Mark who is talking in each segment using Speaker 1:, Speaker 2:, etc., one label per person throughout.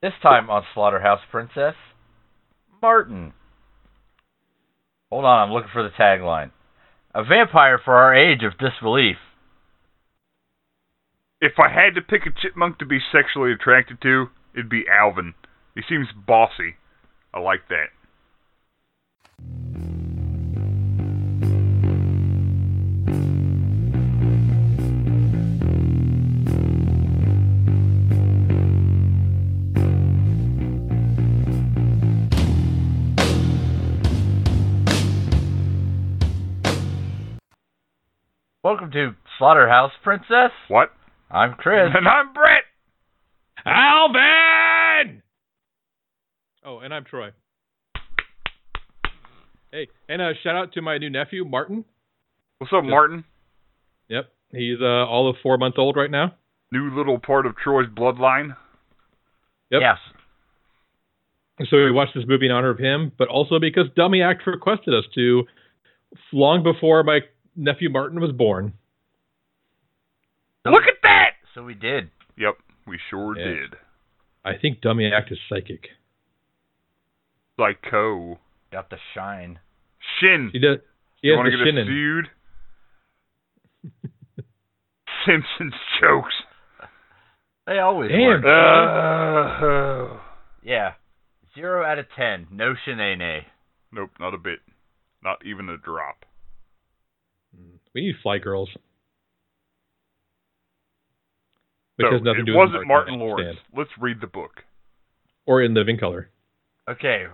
Speaker 1: This time on Slaughterhouse Princess, Martin. Hold on, I'm looking for the tagline. A vampire for our age of disbelief.
Speaker 2: If I had to pick a chipmunk to be sexually attracted to, it'd be Alvin. He seems bossy. I like that.
Speaker 1: Welcome to Slaughterhouse Princess.
Speaker 2: What?
Speaker 1: I'm Chris.
Speaker 2: And I'm Brett!
Speaker 3: Alvin! Oh, and I'm Troy. Hey, and a shout out to my new nephew, Martin.
Speaker 2: What's up, Martin?
Speaker 3: Yep, he's uh, all of four months old right now.
Speaker 2: New little part of Troy's bloodline.
Speaker 3: Yep.
Speaker 1: Yes.
Speaker 3: So we watched this movie in honor of him, but also because Dummy Act requested us to long before my nephew Martin was born.
Speaker 2: Look at that!
Speaker 1: So we did.
Speaker 2: Yep, we sure
Speaker 3: Yeah.
Speaker 2: did.
Speaker 3: I think Dummy Act is psychic.
Speaker 2: Psycho.
Speaker 1: Got the shine.
Speaker 2: Shin.
Speaker 3: She does. She
Speaker 2: you
Speaker 3: has
Speaker 2: want
Speaker 3: the
Speaker 2: to get
Speaker 3: shinin.
Speaker 2: us sued? Simpsons jokes.
Speaker 1: They always
Speaker 3: Damn.
Speaker 1: work.
Speaker 2: Uh,
Speaker 1: Yeah. Zero out of ten. No shenane.
Speaker 2: nope, not a bit. Not even a drop.
Speaker 3: Mm, We need fly girls. Which
Speaker 2: So,
Speaker 3: has nothing
Speaker 2: it
Speaker 3: to do with
Speaker 2: wasn't Martin
Speaker 3: I
Speaker 2: Lawrence.
Speaker 3: understand.
Speaker 2: Let's read the book.
Speaker 3: Or in Living Color.
Speaker 1: Okay.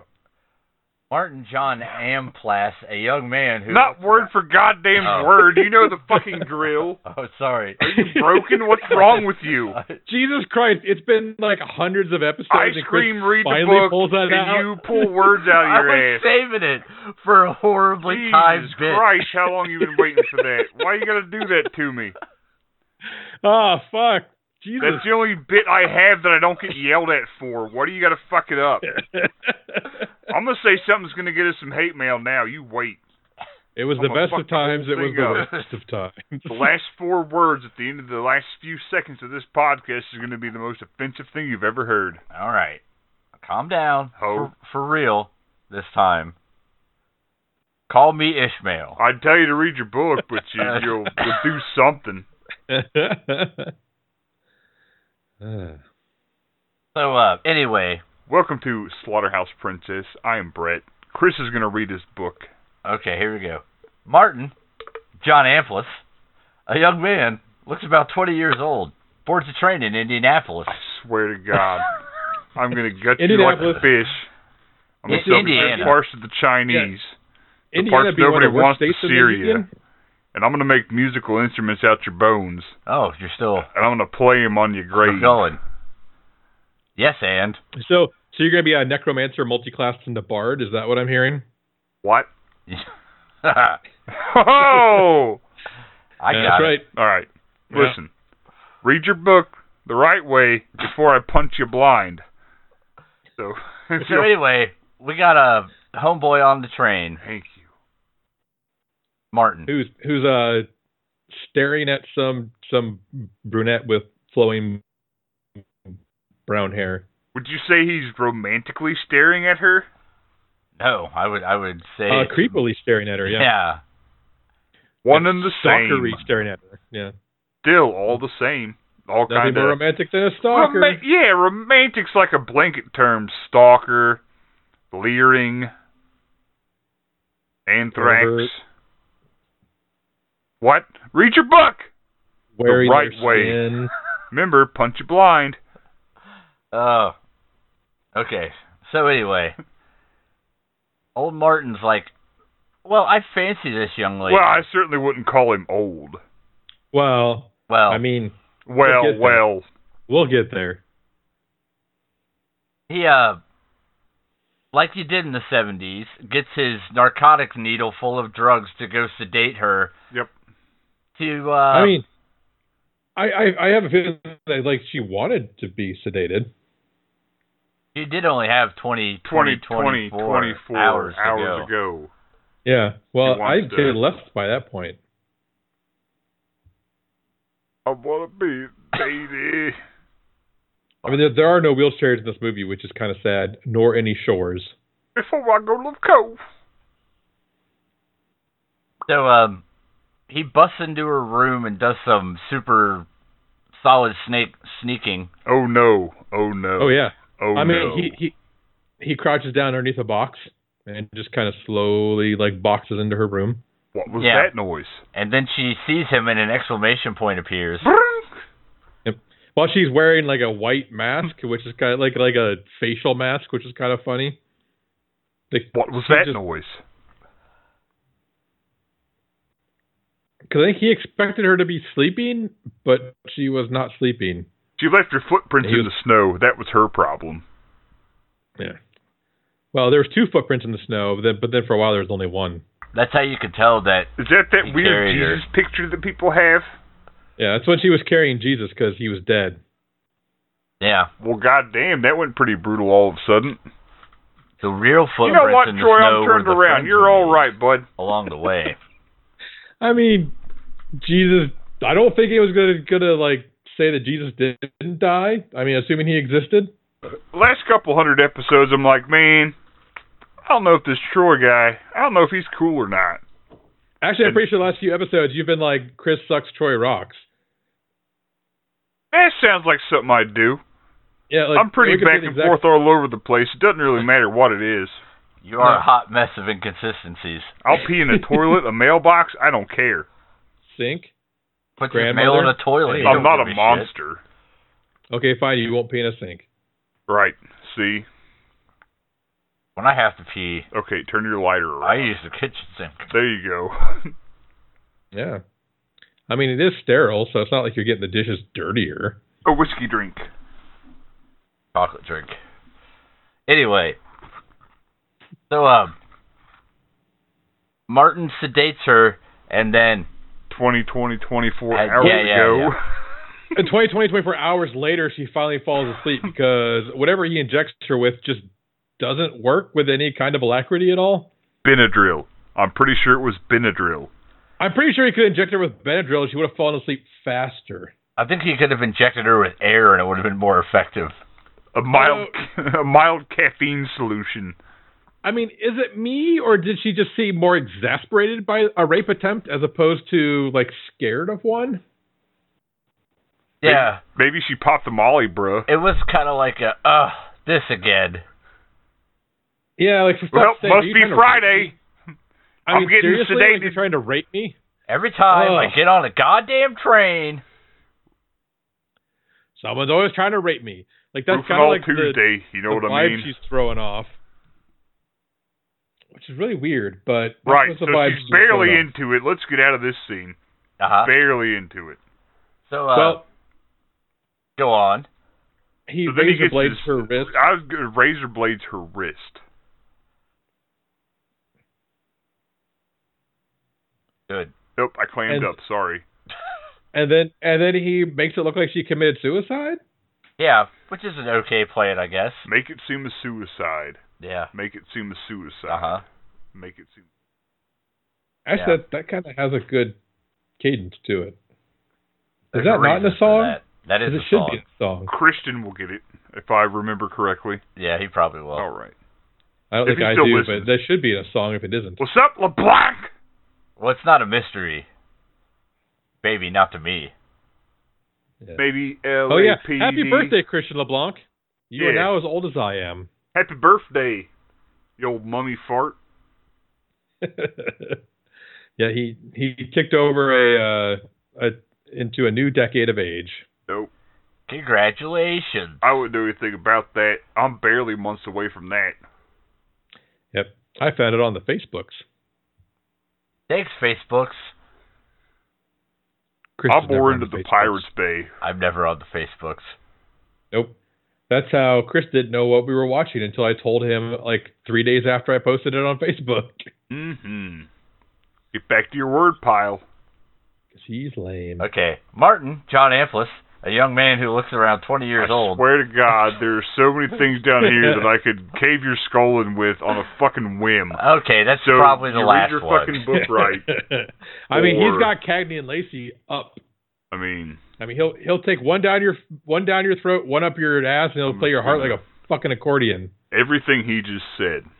Speaker 1: Martin John Amplas, a young man who.
Speaker 2: Not word for goddamn
Speaker 1: Oh.
Speaker 2: word. You know the fucking drill.
Speaker 1: Oh, sorry.
Speaker 2: Are you broken? What's wrong with you?
Speaker 1: Uh,
Speaker 3: Jesus Christ, it's been like hundreds of episodes.
Speaker 2: I
Speaker 3: and Chris
Speaker 2: scream, read the
Speaker 3: finally
Speaker 2: book,
Speaker 3: pulls that
Speaker 2: and
Speaker 3: out.
Speaker 2: you pull words out of
Speaker 1: I
Speaker 2: your
Speaker 1: was
Speaker 2: ass.
Speaker 1: saving it for a horribly timed
Speaker 2: Jesus
Speaker 1: bit.
Speaker 2: Christ, how long you been waiting for that? Why you gotta do that to me?
Speaker 3: Ah, fuck. Jesus.
Speaker 2: That's the only bit I have that I don't get yelled at for. Why do you gotta fuck it up? I'm gonna say something's gonna get us some hate mail now. You wait.
Speaker 3: it was
Speaker 2: I'm
Speaker 3: the
Speaker 2: gonna
Speaker 3: best
Speaker 2: fuck
Speaker 3: of times.
Speaker 2: the
Speaker 3: It
Speaker 2: whole
Speaker 3: was
Speaker 2: thing
Speaker 3: the
Speaker 1: up.
Speaker 3: worst of times.
Speaker 2: The last four words at the end of the last few seconds of this podcast is gonna be the most offensive thing you've ever heard.
Speaker 1: All right. Calm down.
Speaker 2: Ho.
Speaker 1: For, for real this time. Call me Ishmael.
Speaker 2: I'd tell you to read your book, but you, you'll, you'll do something.
Speaker 3: Ah.
Speaker 1: So, uh, anyway,
Speaker 2: Welcome to Slaughterhouse Princess. I am Brett. Chris is gonna read his book.
Speaker 1: okay, here we go. Martin, John Amplis, a young man, looks about 20 years old, boards a train in Indianapolis.
Speaker 2: I swear to God, I'm gonna gut you like
Speaker 3: Indianapolis.
Speaker 2: a fish. I'm gonna
Speaker 1: It's
Speaker 2: sell you
Speaker 1: Indiana.
Speaker 2: parts to the Chinese,
Speaker 3: Indiana
Speaker 2: parts
Speaker 3: be one
Speaker 2: nobody
Speaker 3: of the worst
Speaker 2: wants to
Speaker 3: states in
Speaker 2: Syria.
Speaker 3: the Union?
Speaker 2: and I'm gonna make musical instruments out your bones,
Speaker 1: Oh, you're still
Speaker 2: and I'm gonna play them on your grave.
Speaker 1: going. Yes, and.
Speaker 3: So, so you're gonna be a necromancer, multi-class, and the bard? Is that what I'm hearing?
Speaker 2: What?
Speaker 1: I
Speaker 2: Oh!
Speaker 1: got
Speaker 3: That's
Speaker 1: it.
Speaker 3: right.
Speaker 2: All right.
Speaker 3: Yeah.
Speaker 2: Listen, read your book the right way before I punch you blind. So,
Speaker 1: So, anyway, we got a homeboy on the train,
Speaker 2: thank you.
Speaker 1: Martin.
Speaker 3: Who's who's uh staring at some some brunette with flowing brown hair?
Speaker 2: Would you say he's romantically staring at her?
Speaker 1: No, I would I would say
Speaker 3: Uh, creepily staring at her. Yeah.
Speaker 1: yeah.
Speaker 2: One and the
Speaker 3: Stalkery
Speaker 2: same.
Speaker 3: staring at her. Yeah.
Speaker 2: Still, all the same. All
Speaker 3: Nothing
Speaker 2: kind of
Speaker 3: more romantic than a stalker.
Speaker 2: Roma- yeah, romantic's like a blanket term. Stalker, leering, anthrax.
Speaker 3: Pervert.
Speaker 2: What? Read your book.
Speaker 3: Wearing
Speaker 2: the right
Speaker 3: their
Speaker 2: way.
Speaker 3: skin.
Speaker 2: Remember, punch you blind.
Speaker 1: Oh. Okay. So anyway, old Martin's like, well, I fancy this young lady.
Speaker 2: Well, I certainly wouldn't call him old.
Speaker 3: Well,
Speaker 1: Well,
Speaker 3: I mean,
Speaker 2: Well,
Speaker 3: get that.
Speaker 2: well.
Speaker 3: we'll get there.
Speaker 1: he uh, like you did in the '70s, gets his narcotic needle full of drugs to go sedate her.
Speaker 2: Yep.
Speaker 1: To uh,
Speaker 3: I mean, I, I I have a feeling that like she wanted to be sedated.
Speaker 1: you did only have 20,
Speaker 2: 20,
Speaker 1: 20,
Speaker 2: 24, 24
Speaker 1: hours, to
Speaker 2: hours
Speaker 1: go.
Speaker 2: ago.
Speaker 3: Yeah. Well, I
Speaker 2: wants
Speaker 3: would say
Speaker 2: to-
Speaker 3: left by that point.
Speaker 2: I want to be dated.
Speaker 3: I mean, there, there are no wheelchairs in this movie, which is kind of sad, nor any shores.
Speaker 2: Before I go to the cove.
Speaker 1: So um, he busts into her room and does some super solid snake sneaking.
Speaker 2: Oh no! Oh no!
Speaker 3: Oh yeah.
Speaker 2: Oh
Speaker 3: I mean,
Speaker 2: no!
Speaker 3: he, he he crouches down underneath a box and just kind of slowly like boxes into her room.
Speaker 2: what was
Speaker 1: Yeah.
Speaker 2: that noise?
Speaker 1: And then she sees him, and an exclamation point appears.
Speaker 3: While she's wearing like a white mask, which is kind of like like a facial mask, which is kind of funny.
Speaker 2: What was
Speaker 3: She
Speaker 2: that
Speaker 3: just-
Speaker 2: noise?
Speaker 3: Because I think he expected her to be sleeping, but she was not sleeping.
Speaker 2: She left her footprints
Speaker 3: He
Speaker 2: in the
Speaker 3: was-
Speaker 2: snow. That was her problem.
Speaker 3: Well, there was two footprints in the snow, but then, but then for a while there was only one.
Speaker 1: That's how you could tell that.
Speaker 2: Is that that
Speaker 1: He
Speaker 2: weird
Speaker 1: carried her.
Speaker 2: Jesus picture that people have?
Speaker 3: Yeah, that's when she was carrying Jesus because he was dead.
Speaker 1: Yeah,
Speaker 2: Well, goddamn, that went pretty brutal all of a sudden.
Speaker 1: the real
Speaker 2: you know
Speaker 1: footprints
Speaker 2: what,
Speaker 1: in the
Speaker 2: Troy?
Speaker 1: snow
Speaker 2: I'm
Speaker 1: were
Speaker 2: turned
Speaker 1: the
Speaker 2: around.
Speaker 1: friends
Speaker 2: You're
Speaker 1: we
Speaker 2: all
Speaker 1: made
Speaker 2: right, bud.
Speaker 1: along the way.
Speaker 3: I mean, Jesus. I don't think he was gonna gonna like say that Jesus didn't die. I mean, assuming he existed.
Speaker 2: Last couple hundred episodes, I'm like, man, I don't know if this Troy guy, I don't know if he's cool or not.
Speaker 3: Actually, I'm
Speaker 2: And-
Speaker 3: pretty sure the last few episodes you've been like, Chris sucks, Troy rocks.
Speaker 2: That sounds like something I'd do.
Speaker 3: Yeah, like,
Speaker 2: I'm pretty
Speaker 3: look at
Speaker 2: back
Speaker 3: the
Speaker 2: and
Speaker 3: exact-
Speaker 2: forth all over the place. It doesn't really matter what it is.
Speaker 1: You are
Speaker 3: Yeah.
Speaker 1: a hot mess of inconsistencies.
Speaker 2: I'll pee in a toilet, a mailbox. I don't care.
Speaker 3: Sink.
Speaker 1: Put your mail in
Speaker 3: Grandmother?
Speaker 1: a toilet.
Speaker 3: Hey.
Speaker 1: you don't
Speaker 2: I'm not
Speaker 1: give
Speaker 2: a
Speaker 1: shit.
Speaker 2: monster.
Speaker 3: Okay, fine. You won't pee in a sink.
Speaker 2: Right. See?
Speaker 1: When I have to pee,
Speaker 2: Okay, turn your lighter
Speaker 1: I
Speaker 2: around.
Speaker 1: use the kitchen sink.
Speaker 2: There you go.
Speaker 3: Yeah. I mean, it is sterile, so it's not like you're getting the dishes dirtier.
Speaker 2: a whiskey drink.
Speaker 1: chocolate drink. Anyway, so um, Martin sedates her, and then
Speaker 2: 2020, 24
Speaker 1: Uh,
Speaker 2: hours
Speaker 1: yeah, yeah,
Speaker 2: ago.
Speaker 3: In 20, 20, 24 hours later, she finally falls asleep because whatever he injects her with just doesn't work with any kind of alacrity at all.
Speaker 2: Benadryl. I'm pretty sure it was Benadryl.
Speaker 3: I'm pretty sure he could inject her with Benadryl and she would have fallen asleep faster.
Speaker 1: I think he could have injected her with air, and it would have been more effective.
Speaker 3: Uh,
Speaker 2: A mild, a mild caffeine solution.
Speaker 3: I mean, is it me or did she just seem more exasperated by a rape attempt as opposed to like scared of one?
Speaker 2: Maybe-
Speaker 1: Yeah,
Speaker 2: Maybe she popped the molly, bruh.
Speaker 1: it was kind of like a uh, this again.
Speaker 3: Yeah, like for
Speaker 2: Well,
Speaker 3: fuck's sake, are
Speaker 2: must
Speaker 3: you
Speaker 2: be
Speaker 3: trying to rape
Speaker 2: Friday.
Speaker 3: me? I
Speaker 2: I'm
Speaker 3: mean,
Speaker 2: getting
Speaker 3: seriously, Like, you're
Speaker 2: sedated.
Speaker 3: trying to rape me?
Speaker 1: Every time I
Speaker 3: Ugh.
Speaker 1: get on a goddamn train,
Speaker 3: Someone's always trying to rape me. Like that's
Speaker 2: Roofing
Speaker 3: kind of
Speaker 2: all
Speaker 3: like the,
Speaker 2: Tuesday. you know
Speaker 3: the
Speaker 2: what I
Speaker 3: vibe
Speaker 2: mean?
Speaker 3: she's throwing off, which is really weird. But that's
Speaker 2: Right.
Speaker 3: what's
Speaker 2: So
Speaker 3: the vibe
Speaker 2: she's
Speaker 3: she's
Speaker 2: barely
Speaker 3: throwing off.
Speaker 2: into it. Let's get out of this scene.
Speaker 1: uh-huh.
Speaker 2: Barely into it.
Speaker 1: so uh,
Speaker 3: Well,
Speaker 1: go on.
Speaker 3: he
Speaker 2: So then he
Speaker 3: razor
Speaker 2: gets
Speaker 3: blades
Speaker 2: his-
Speaker 3: her wrist.
Speaker 2: I was gonna razor blades her wrist.
Speaker 1: Good.
Speaker 2: Nope, I clammed
Speaker 3: And-
Speaker 2: up. Sorry.
Speaker 3: And then and then he makes it look like she committed suicide.
Speaker 1: Yeah, which is an okay plan, I guess.
Speaker 2: Make it seem a suicide.
Speaker 1: Yeah.
Speaker 2: Make it seem a suicide.
Speaker 1: Uh huh.
Speaker 2: Make it seem.
Speaker 3: Actually,
Speaker 1: Yeah.
Speaker 3: that, that kind of has a good cadence to it. Is
Speaker 1: There's
Speaker 3: that
Speaker 1: a
Speaker 3: not in the
Speaker 1: reason for
Speaker 3: song?
Speaker 1: That, that is
Speaker 3: Because
Speaker 1: the
Speaker 3: it should
Speaker 1: song.
Speaker 3: be in the song.
Speaker 2: Christian will get it if I remember correctly.
Speaker 1: Yeah, he probably will.
Speaker 2: All right.
Speaker 3: I don't
Speaker 2: If
Speaker 3: think
Speaker 2: he
Speaker 3: I
Speaker 2: still
Speaker 3: do,
Speaker 2: listens.
Speaker 3: but that should be in a song if it isn't.
Speaker 2: What's up, LeBlanc?
Speaker 1: Well, it's not a mystery. Baby, not to me.
Speaker 3: Yeah.
Speaker 2: Baby L.
Speaker 3: Oh yeah! Happy birthday, Christian LeBlanc. You are
Speaker 2: Yeah.
Speaker 3: now as old as I am.
Speaker 2: Happy birthday, you old mummy fart.
Speaker 3: yeah, he he kicked over a, uh, a into a new decade of age.
Speaker 2: Nope.
Speaker 1: Congratulations.
Speaker 2: I wouldn't do anything about that. I'm barely months away from that.
Speaker 3: Yep, I found it on the Facebooks.
Speaker 1: Thanks, Facebooks.
Speaker 3: Christian's
Speaker 2: I'm
Speaker 3: never
Speaker 2: more
Speaker 3: on
Speaker 2: into the
Speaker 3: Facebooks.
Speaker 2: Pirates Bay.
Speaker 1: I'm never on the Facebooks.
Speaker 3: Nope. That's how Chris didn't know what we were watching until I told him like three days after I posted it on Facebook.
Speaker 2: Mm-hmm. Get back to your word pile.
Speaker 3: Cause he's lame.
Speaker 1: Okay. Martin, John Amplis, a young man who looks around 20 years
Speaker 2: I
Speaker 1: old.
Speaker 2: swear to God, there are so many things down here that I could cave your skull in with on a fucking whim.
Speaker 1: Okay, that's
Speaker 2: so
Speaker 1: probably the
Speaker 2: you
Speaker 1: last
Speaker 2: read your
Speaker 1: one.
Speaker 2: fucking book right.
Speaker 3: I mean,
Speaker 2: Or-
Speaker 3: he's got Cagney and Lacey up.
Speaker 2: I mean,
Speaker 3: I mean, he'll he'll take one down your one down your throat, one up your ass, and he'll play your heart like a fucking accordion.
Speaker 2: Everything he just said.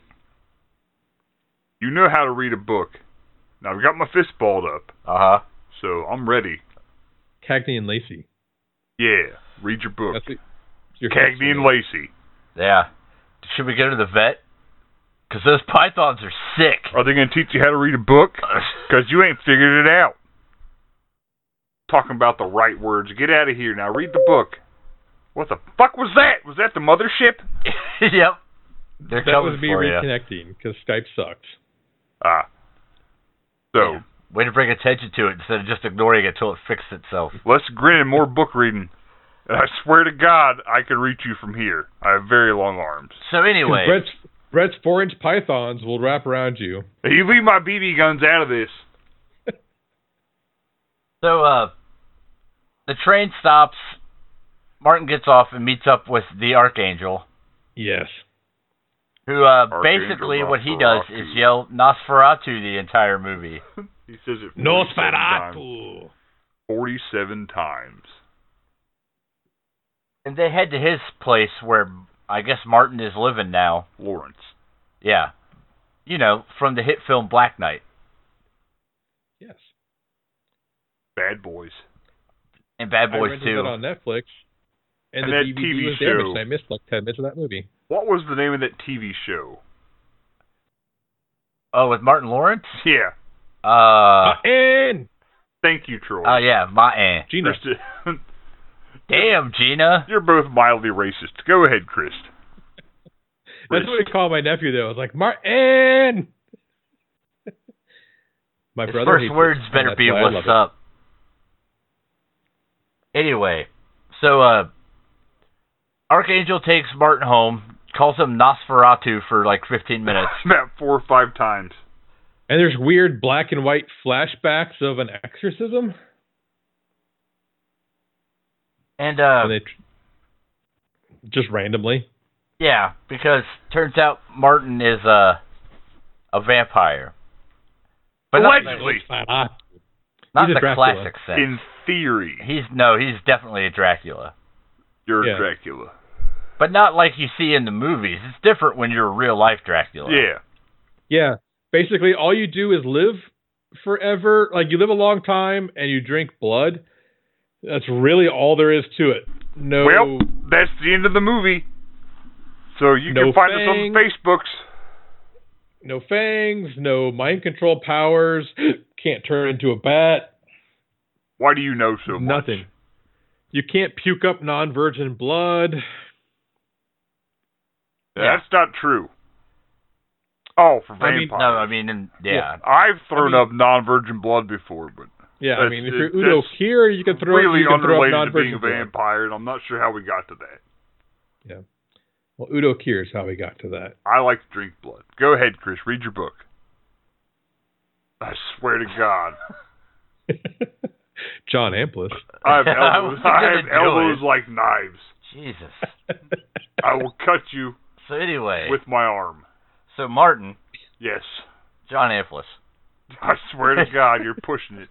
Speaker 2: You know how to read a book. Now I've got my fist balled up,
Speaker 1: Uh huh.
Speaker 2: so I'm ready.
Speaker 3: Cagney and Lacey.
Speaker 2: Yeah, read your book.
Speaker 3: That's what your
Speaker 2: Cagney and Lacey.
Speaker 1: Yeah. Should we go to the vet? Because those pythons are sick.
Speaker 2: Are they going to teach you how to read a book? Because you ain't figured it out. Talking about the right words. Get out of here now. Read the book. What the fuck was that? Was that the mothership?
Speaker 1: yep. They're
Speaker 3: That
Speaker 1: coming
Speaker 3: was me
Speaker 1: for ya.
Speaker 3: reconnecting because Skype sucked.
Speaker 2: Ah. So,
Speaker 1: Yeah. Way to bring attention to it instead of just ignoring it till it fixed itself.
Speaker 2: let's grin and more book reading. And I swear to God, I could reach you from here. I have very long arms.
Speaker 1: So
Speaker 3: 'Cause
Speaker 1: anyway,
Speaker 3: Brett's Brett's four inch pythons will wrap around you.
Speaker 2: If you leave my BB guns out of this,
Speaker 1: so uh, the train stops. Martin gets off and meets up with the archangel,
Speaker 3: Yes.
Speaker 1: who uh,
Speaker 2: Archangel
Speaker 1: basically what he does
Speaker 2: Nosferatu.
Speaker 1: is yell Nosferatu the entire movie.
Speaker 2: he says it 47 times.
Speaker 3: Nosferatu.
Speaker 2: 47 times.
Speaker 1: And they head to his place where I guess Martin is living now.
Speaker 2: Lawrence.
Speaker 1: Yeah. You know, from the hit film Black Knight.
Speaker 3: Yes.
Speaker 2: Bad boys.
Speaker 1: And Bad
Speaker 3: I
Speaker 1: Boys
Speaker 3: rented that
Speaker 1: 2.
Speaker 3: on Netflix, and,
Speaker 2: And
Speaker 3: the
Speaker 2: that
Speaker 3: DVD
Speaker 2: TV
Speaker 3: was damaged,
Speaker 2: show.
Speaker 3: and I missed like ten minutes of that movie.
Speaker 2: What was the name of that TV show?
Speaker 1: Oh, with Martin Lawrence?
Speaker 2: Yeah.
Speaker 1: Uh,
Speaker 3: and
Speaker 2: Thank you, Troy.
Speaker 1: oh, yeah, my aunt.
Speaker 3: Gina.
Speaker 2: Krista-
Speaker 1: Damn, Gina.
Speaker 2: You're both mildly racist. Go ahead, Chris.
Speaker 3: That's what we call my nephew though. I was like Martin. my
Speaker 1: His
Speaker 3: brother. hates
Speaker 1: first
Speaker 3: it,
Speaker 1: words
Speaker 3: and
Speaker 1: better
Speaker 3: that's
Speaker 1: be
Speaker 3: why I
Speaker 1: what's
Speaker 3: love it.
Speaker 1: up. Anyway, so uh Archangel takes Martin home, calls him Nosferatu for like 15 minutes.
Speaker 2: About four or five times.
Speaker 3: And there's weird black and white flashbacks of an exorcism.
Speaker 1: And uh
Speaker 3: and they tr- just randomly.
Speaker 1: yeah, because turns out Martin is uh, a vampire. But not,
Speaker 2: Allegedly.
Speaker 3: ah.
Speaker 1: not
Speaker 3: He's a
Speaker 1: the
Speaker 3: Dracula.
Speaker 1: classic sense.
Speaker 2: In theory,
Speaker 1: He's no, he's definitely a Dracula.
Speaker 2: you're
Speaker 3: Yeah.
Speaker 2: Dracula.
Speaker 1: But not like you see in the movies. It's different when you're a real life Dracula.
Speaker 2: Yeah.
Speaker 3: Yeah. Basically, all you do is live forever. Like you live a long time and you drink blood. That's really all there is to it. No.
Speaker 2: Well, that's the end of the movie. So you
Speaker 3: No
Speaker 2: can find
Speaker 3: fangs.
Speaker 2: us on Facebooks.
Speaker 3: no fangs, no mind control powers, can't turn into a bat,
Speaker 2: Why do you know so much?
Speaker 3: nothing. You can't puke up non virgin blood.
Speaker 1: Yeah.
Speaker 2: That's not true. Oh, for
Speaker 3: I mean,
Speaker 2: vampires.
Speaker 1: No, I mean, in, yeah.
Speaker 2: I've thrown
Speaker 3: I mean-
Speaker 2: up non-virgin blood before, but
Speaker 3: Yeah,
Speaker 2: That's-
Speaker 3: I mean, if you're
Speaker 2: that's
Speaker 3: Udo Kier, you can throw
Speaker 2: really
Speaker 3: you can throw up
Speaker 2: unrelated
Speaker 3: non
Speaker 2: to being a
Speaker 3: virgin blood.
Speaker 2: vampire, and I'm not sure how we got to that.
Speaker 3: Well, Udo Kier is how we got to that.
Speaker 2: I like to drink blood. Go ahead, Chris. Read your book. I swear to God,
Speaker 3: John Amplis.
Speaker 2: I have
Speaker 1: I
Speaker 2: elbows.
Speaker 1: wasn't
Speaker 2: I,
Speaker 1: gonna
Speaker 2: have
Speaker 1: do
Speaker 2: elbows
Speaker 1: it.
Speaker 2: like knives.
Speaker 1: Jesus.
Speaker 2: I will cut you
Speaker 1: So anyway,
Speaker 2: with my arm.
Speaker 1: so Martin,
Speaker 2: Yes,
Speaker 1: John Amplis.
Speaker 2: I swear to God, you're pushing it,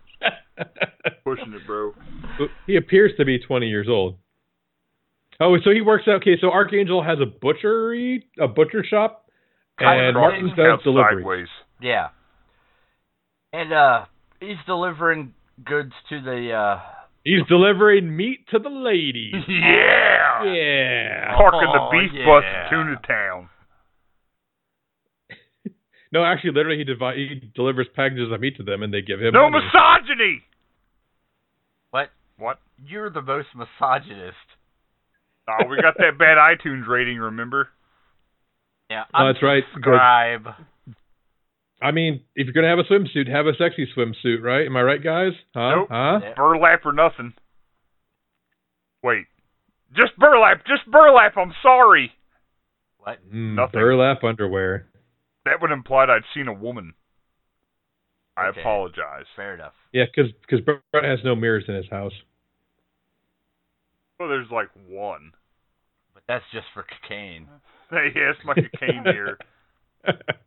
Speaker 2: pushing it, bro.
Speaker 3: he appears to be 20 years old. Oh, so he works out. Okay, so Archangel has a butchery, a butcher shop,
Speaker 1: Kind of
Speaker 3: and
Speaker 1: crossing
Speaker 3: Martin
Speaker 2: Out
Speaker 3: does delivery.
Speaker 2: sideways.
Speaker 1: Yeah. And uh, he's delivering goods to the uh,
Speaker 3: He's delivering meat to the ladies.
Speaker 2: Yeah.
Speaker 3: yeah.
Speaker 2: Parking
Speaker 1: Oh,
Speaker 2: the beef bus
Speaker 1: yeah.
Speaker 2: in Tuna Town.
Speaker 3: No, actually, literally, he, divi- he delivers packages of meat to them, and they give him
Speaker 2: No
Speaker 3: money.
Speaker 2: misogyny.
Speaker 1: what?
Speaker 2: What?
Speaker 1: You're the most misogynist.
Speaker 2: Oh, we got that bad iTunes rating. Remember?
Speaker 1: Yeah.
Speaker 3: Oh, that's right.
Speaker 1: Subscribe.
Speaker 3: I mean, if you're gonna have a swimsuit, have a sexy swimsuit, right? Am I right, guys? Huh?
Speaker 2: Nope.
Speaker 3: Huh?
Speaker 1: Yeah.
Speaker 2: burlap or nothing. Wait. Just burlap, just burlap, I'm sorry.
Speaker 1: What?
Speaker 3: Mm,
Speaker 2: Nothing.
Speaker 3: burlap underwear.
Speaker 2: That would imply that I'd seen a woman. I
Speaker 1: Okay.
Speaker 2: apologize.
Speaker 1: Fair enough.
Speaker 3: Yeah, because Brett has no mirrors in his house.
Speaker 2: Well, Oh, there's like one.
Speaker 1: But that's just for cocaine.
Speaker 2: Hey, yeah, it's my cocaine here.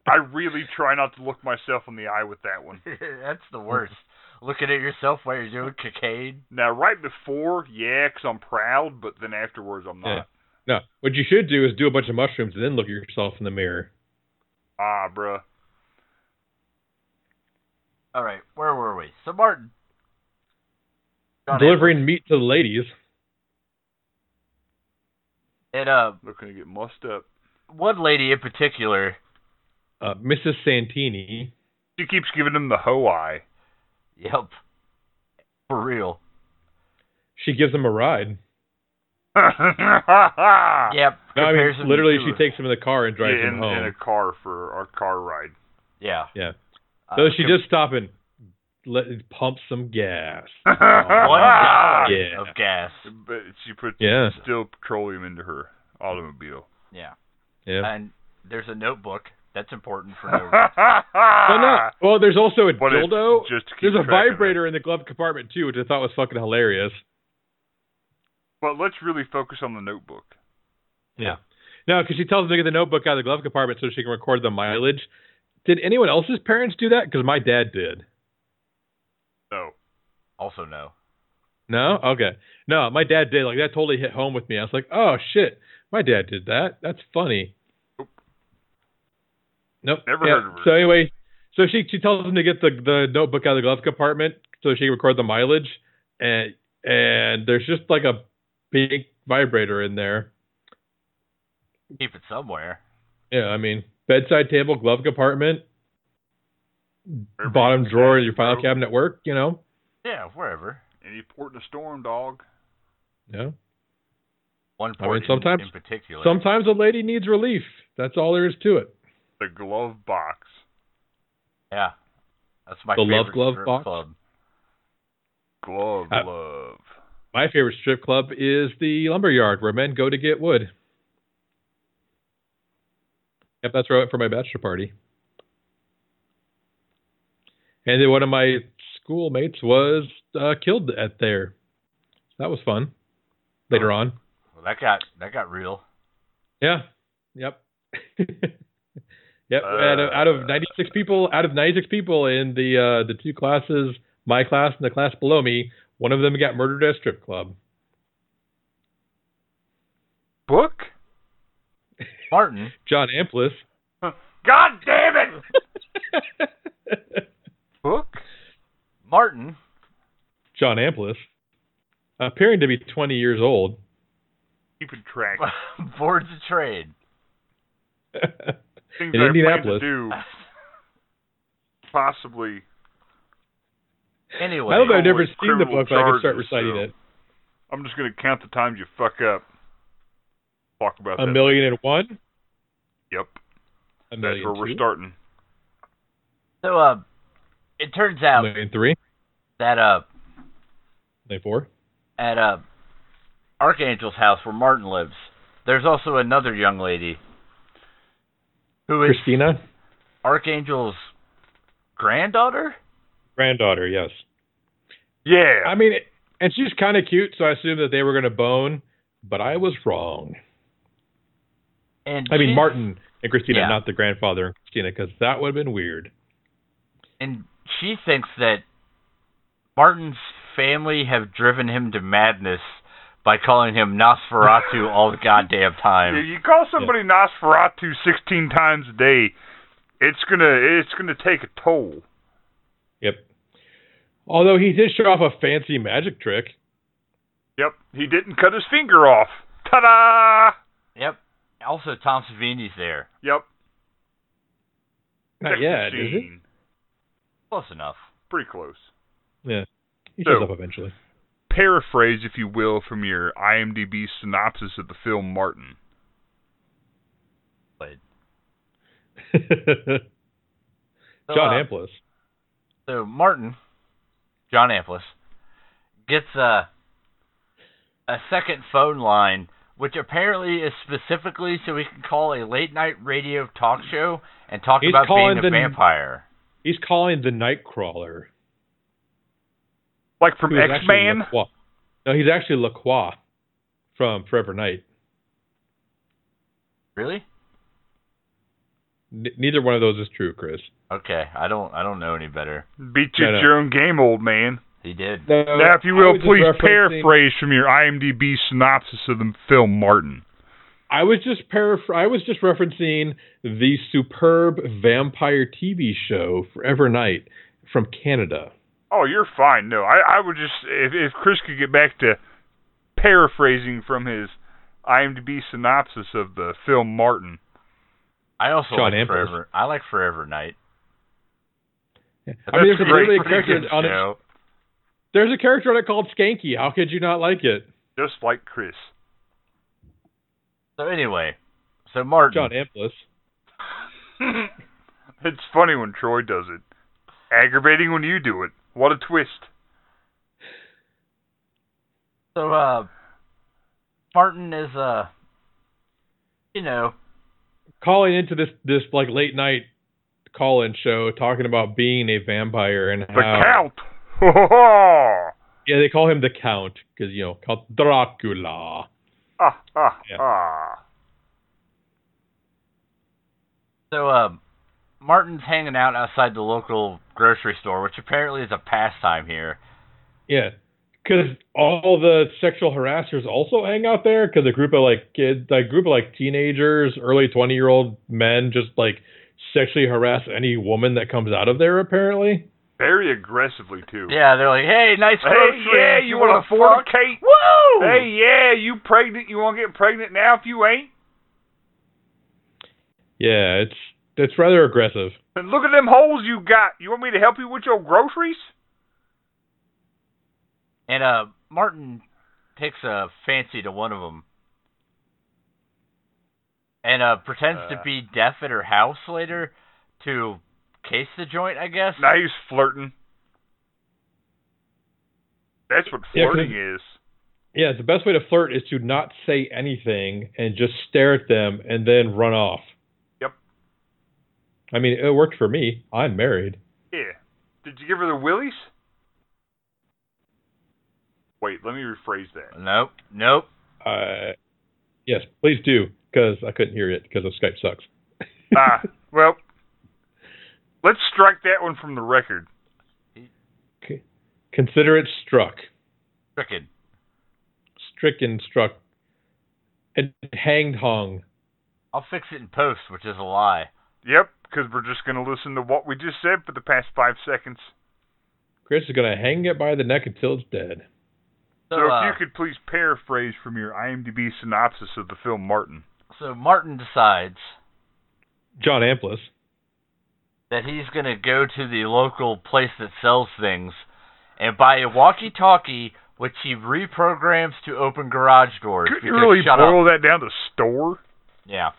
Speaker 2: I really try not to look myself in the eye with that one.
Speaker 1: that's the worst. looking at yourself while you're doing cocaine.
Speaker 2: Now, right before, yeah, 'cause I'm proud, but then afterwards, I'm
Speaker 3: Yeah.
Speaker 2: not.
Speaker 3: No, what you should do is do a bunch of mushrooms and then look at yourself in the mirror.
Speaker 2: Ah, bruh.
Speaker 1: All right, where were we? So Martin, John
Speaker 3: Delivering meat to the ladies.
Speaker 1: Edwards. and uh,
Speaker 2: Looking to get mussed up.
Speaker 1: one lady in particular.
Speaker 3: Uh, Mrs. Santini.
Speaker 2: She keeps giving him the hoe eye.
Speaker 1: Yep, for real.
Speaker 3: She gives him a ride.
Speaker 2: yeah,
Speaker 1: Yep.
Speaker 3: No, I
Speaker 1: compares
Speaker 3: mean
Speaker 1: him
Speaker 3: literally,
Speaker 1: to-
Speaker 3: she takes him in the car and drives him
Speaker 2: in,
Speaker 3: home.
Speaker 2: in a car for our car ride.
Speaker 1: Yeah.
Speaker 3: Yeah.
Speaker 1: Uh,
Speaker 3: so she
Speaker 1: com-
Speaker 3: just stop and let pump some gas.
Speaker 1: one dollar
Speaker 3: Yeah.
Speaker 1: of gas.
Speaker 2: But she put
Speaker 3: Oh, Yeah,
Speaker 2: still petroleum into her automobile.
Speaker 1: Yeah.
Speaker 3: yeah.
Speaker 1: And there's a notebook. That's important for no reason.
Speaker 3: Well, no.
Speaker 2: but
Speaker 3: Well, there's also Ah. a
Speaker 2: it's
Speaker 3: dildo.
Speaker 2: just to keep
Speaker 3: There's a
Speaker 2: track of it.
Speaker 3: vibrator in the glove compartment too, which I thought was fucking hilarious.
Speaker 2: But let's really focus on the notebook.
Speaker 3: Yeah. No, because she tells them to get the notebook out of the glove compartment so she can record the mileage. Did anyone else's parents do that? Because my dad did.
Speaker 2: No.
Speaker 1: Also no.
Speaker 3: No? Okay. No, my dad did. Like, that totally hit home with me. I was like, oh, shit. My dad did that. That's funny.
Speaker 2: Nope.
Speaker 3: Nope.
Speaker 2: Never
Speaker 3: Yeah.
Speaker 2: heard of her.
Speaker 3: So, anyway, so she, she tells them to get the, the notebook out of the glove compartment so she can record the mileage. And, and there's just like a big vibrator in there.
Speaker 1: Keep it somewhere.
Speaker 3: Yeah, I mean, bedside table, glove compartment,
Speaker 2: Wherever
Speaker 3: bottom
Speaker 2: you-
Speaker 3: drawer in your file cabinet at work, you know?
Speaker 1: Yeah, wherever.
Speaker 2: Any port in a storm, dog.
Speaker 3: Yeah.
Speaker 1: One
Speaker 3: I mean,
Speaker 1: port in-
Speaker 3: sometimes-
Speaker 1: in, particular.
Speaker 3: Sometimes a lady needs relief. That's all there is to it.
Speaker 2: The glove box.
Speaker 1: yeah. That's my
Speaker 3: The
Speaker 1: favorite
Speaker 3: Love Glove
Speaker 1: strip
Speaker 3: box?
Speaker 1: club.
Speaker 2: Glove
Speaker 3: Uh,
Speaker 2: love.
Speaker 3: My favorite strip club is the lumberyard where men go to get wood. Yep, that's where I went for my bachelor party. And then one of my schoolmates was uh, killed at there. That was fun. Later on.
Speaker 1: Well, that got that got real.
Speaker 3: Yeah. Yep. yep. out, of, out of 96 people, out of 96 people in the uh, the two classes, my class and the class below me, one of them got murdered at a strip club.
Speaker 2: Book?
Speaker 1: Martin,
Speaker 3: John Amplis.
Speaker 2: God damn it! Book?
Speaker 1: Martin,
Speaker 3: John Amplis, appearing to be 20 years old.
Speaker 2: Keeping track.
Speaker 1: boards a trade.
Speaker 2: Things
Speaker 3: In
Speaker 2: I
Speaker 3: Indianapolis.
Speaker 2: plan to do, possibly.
Speaker 1: anyway,
Speaker 3: I hope I've never
Speaker 2: with
Speaker 3: seen the
Speaker 2: criminal
Speaker 3: book, but I can start
Speaker 2: charges,
Speaker 3: reciting
Speaker 2: so
Speaker 3: it.
Speaker 2: I'm just going to count the times you fuck up. Talk about
Speaker 3: A
Speaker 2: that.
Speaker 3: million and one.
Speaker 2: Yep.
Speaker 3: A
Speaker 2: That's
Speaker 3: million
Speaker 2: where we're
Speaker 3: two,
Speaker 2: starting.
Speaker 1: so uh, it turns
Speaker 3: A
Speaker 1: out
Speaker 3: million three.
Speaker 1: that uh,
Speaker 3: A million four.
Speaker 1: at uh, Archangel's house where Martin lives, there's also another young lady who is
Speaker 3: Christina,
Speaker 1: Archangel's granddaughter.
Speaker 3: granddaughter. Yes.
Speaker 2: Yeah.
Speaker 3: I mean, and she's kind of cute, so I assumed that they were going to bone, but I was wrong.
Speaker 1: And
Speaker 3: I mean,
Speaker 1: she's-
Speaker 3: Martin and Christina,
Speaker 1: Yeah.
Speaker 3: not the grandfather and Christina, because that would have been weird.
Speaker 1: and she thinks that Martin's family have driven him to madness by calling him Nosferatu all the goddamn
Speaker 2: Yeah,
Speaker 1: time.
Speaker 2: you call somebody Nosferatu 16 times a day, it's gonna it's gonna take a toll.
Speaker 3: Yep. Although he did show off a fancy magic trick.
Speaker 2: Yep, he didn't cut his finger off. Ta-da!
Speaker 1: Yep. Also, Tom Savini's there.
Speaker 2: Yep.
Speaker 3: Not
Speaker 2: sex
Speaker 3: yet, is it?
Speaker 2: machine.
Speaker 1: Close enough.
Speaker 2: Pretty close.
Speaker 3: He shows
Speaker 2: So-
Speaker 3: up eventually.
Speaker 2: Paraphrase, if you will, from your IMDb synopsis of the film Martin.
Speaker 1: So,
Speaker 3: John
Speaker 1: uh,
Speaker 3: Amplis.
Speaker 1: so Martin, John Amplis, gets a a second phone line, which apparently is specifically so he can call a late night radio talk show and talk
Speaker 3: He's
Speaker 1: about
Speaker 3: calling
Speaker 1: being a
Speaker 3: the-
Speaker 1: vampire.
Speaker 3: He's calling the Nightcrawler.
Speaker 2: Like from
Speaker 3: who is
Speaker 2: X
Speaker 3: actually
Speaker 2: Man?
Speaker 3: Lacroix. No, he's actually Lacroix from Forever Night.
Speaker 1: Really?
Speaker 3: N- neither one of those is true, Chris.
Speaker 1: Okay, I don't I don't know any better.
Speaker 2: Beat you
Speaker 3: No,
Speaker 2: at
Speaker 3: no.
Speaker 2: your own game, old man.
Speaker 1: He did.
Speaker 3: No,
Speaker 2: Now, if you
Speaker 3: Uh, I
Speaker 2: will,
Speaker 3: was just
Speaker 2: please
Speaker 3: referencing-
Speaker 2: paraphrase from your IMDb synopsis of the film Martin.
Speaker 3: I was just paraphr- I was just referencing the superb vampire TV show Forever Night from Canada.
Speaker 2: Oh, you're fine. No, I, I would just if if Chris could get back to paraphrasing from his IMDb synopsis of the film Martin.
Speaker 1: I also
Speaker 3: Sean
Speaker 1: like
Speaker 3: Amples.
Speaker 1: Forever. I like Forever Night.
Speaker 3: I mean,
Speaker 2: That's
Speaker 3: there's a,
Speaker 2: great
Speaker 3: literally a
Speaker 2: freaking
Speaker 3: character on it.
Speaker 1: show.
Speaker 3: There's a character on it called Skanky. How could you not like it,
Speaker 2: Just like Chris.
Speaker 1: So anyway, so Martin,
Speaker 3: John Amplis?
Speaker 2: it's funny when Troy does it. Aggravating when you do it. What a twist.
Speaker 1: So, uh, Martin is, uh, you know,
Speaker 3: Calling into this this like late night call in show talking about being a vampire and
Speaker 2: The
Speaker 3: how
Speaker 2: count.
Speaker 3: yeah they call him the Count because you know Count Dracula.
Speaker 2: ah, ah,
Speaker 3: Yeah.
Speaker 2: ah.
Speaker 1: so, uh, Martin's hanging out outside the local grocery store, which apparently is a pastime here.
Speaker 3: Yeah, because all the sexual harassers also hang out there. Because a group of like kids, a group of like teenagers, early twenty year old men, just like sexually harass any woman that comes out of there. Apparently,
Speaker 2: Very aggressively too.
Speaker 1: Yeah, they're like, hey, nice
Speaker 2: Hey,
Speaker 1: groceries.
Speaker 2: yeah, you, want to
Speaker 1: fork?
Speaker 2: fornicate?
Speaker 1: Woo!
Speaker 2: Hey, yeah, you pregnant? You want to get pregnant now if you ain't?
Speaker 3: yeah, it's it's rather aggressive.
Speaker 2: And look at them holes you got. You want me to help you with your groceries?
Speaker 1: And, uh, Martin takes a fancy to one of them. And, uh, pretends to
Speaker 2: Uh.
Speaker 1: be deaf at her house later to case the joint, I guess.
Speaker 2: Now he's flirting. That's what
Speaker 3: Yeah, 'cause-
Speaker 2: flirting is.
Speaker 3: Yeah, the best way to flirt is to not say anything and just stare at them and then run off.
Speaker 2: Yep.
Speaker 3: I mean, it worked for me. I'm married.
Speaker 2: Yeah. Did you give her the willies? Wait, let me rephrase that.
Speaker 1: Nope, nope.
Speaker 3: Uh, yes, please do, because I couldn't hear it because of Skype sucks.
Speaker 2: ah, well, let's strike that one from the record.
Speaker 3: Consider it struck.
Speaker 1: Frickin'.
Speaker 3: Stricken, struck. And hanged, hung.
Speaker 1: I'll fix it in post, which is a lie.
Speaker 2: Yep, because we're just going to listen to what we just said for the past five seconds.
Speaker 3: Chris is going to hang it by the neck until it's dead.
Speaker 1: So,
Speaker 2: So
Speaker 1: uh,
Speaker 2: if you could please paraphrase from your IMDb synopsis of the film Martin.
Speaker 1: so Martin decides
Speaker 3: John Amplis.
Speaker 1: that he's gonna go to the local place that sells things and buy a walkie-talkie, which he reprograms to open garage doors.
Speaker 2: Could you
Speaker 1: because
Speaker 2: really
Speaker 1: shut up.
Speaker 2: boil that down to store?
Speaker 1: Yeah,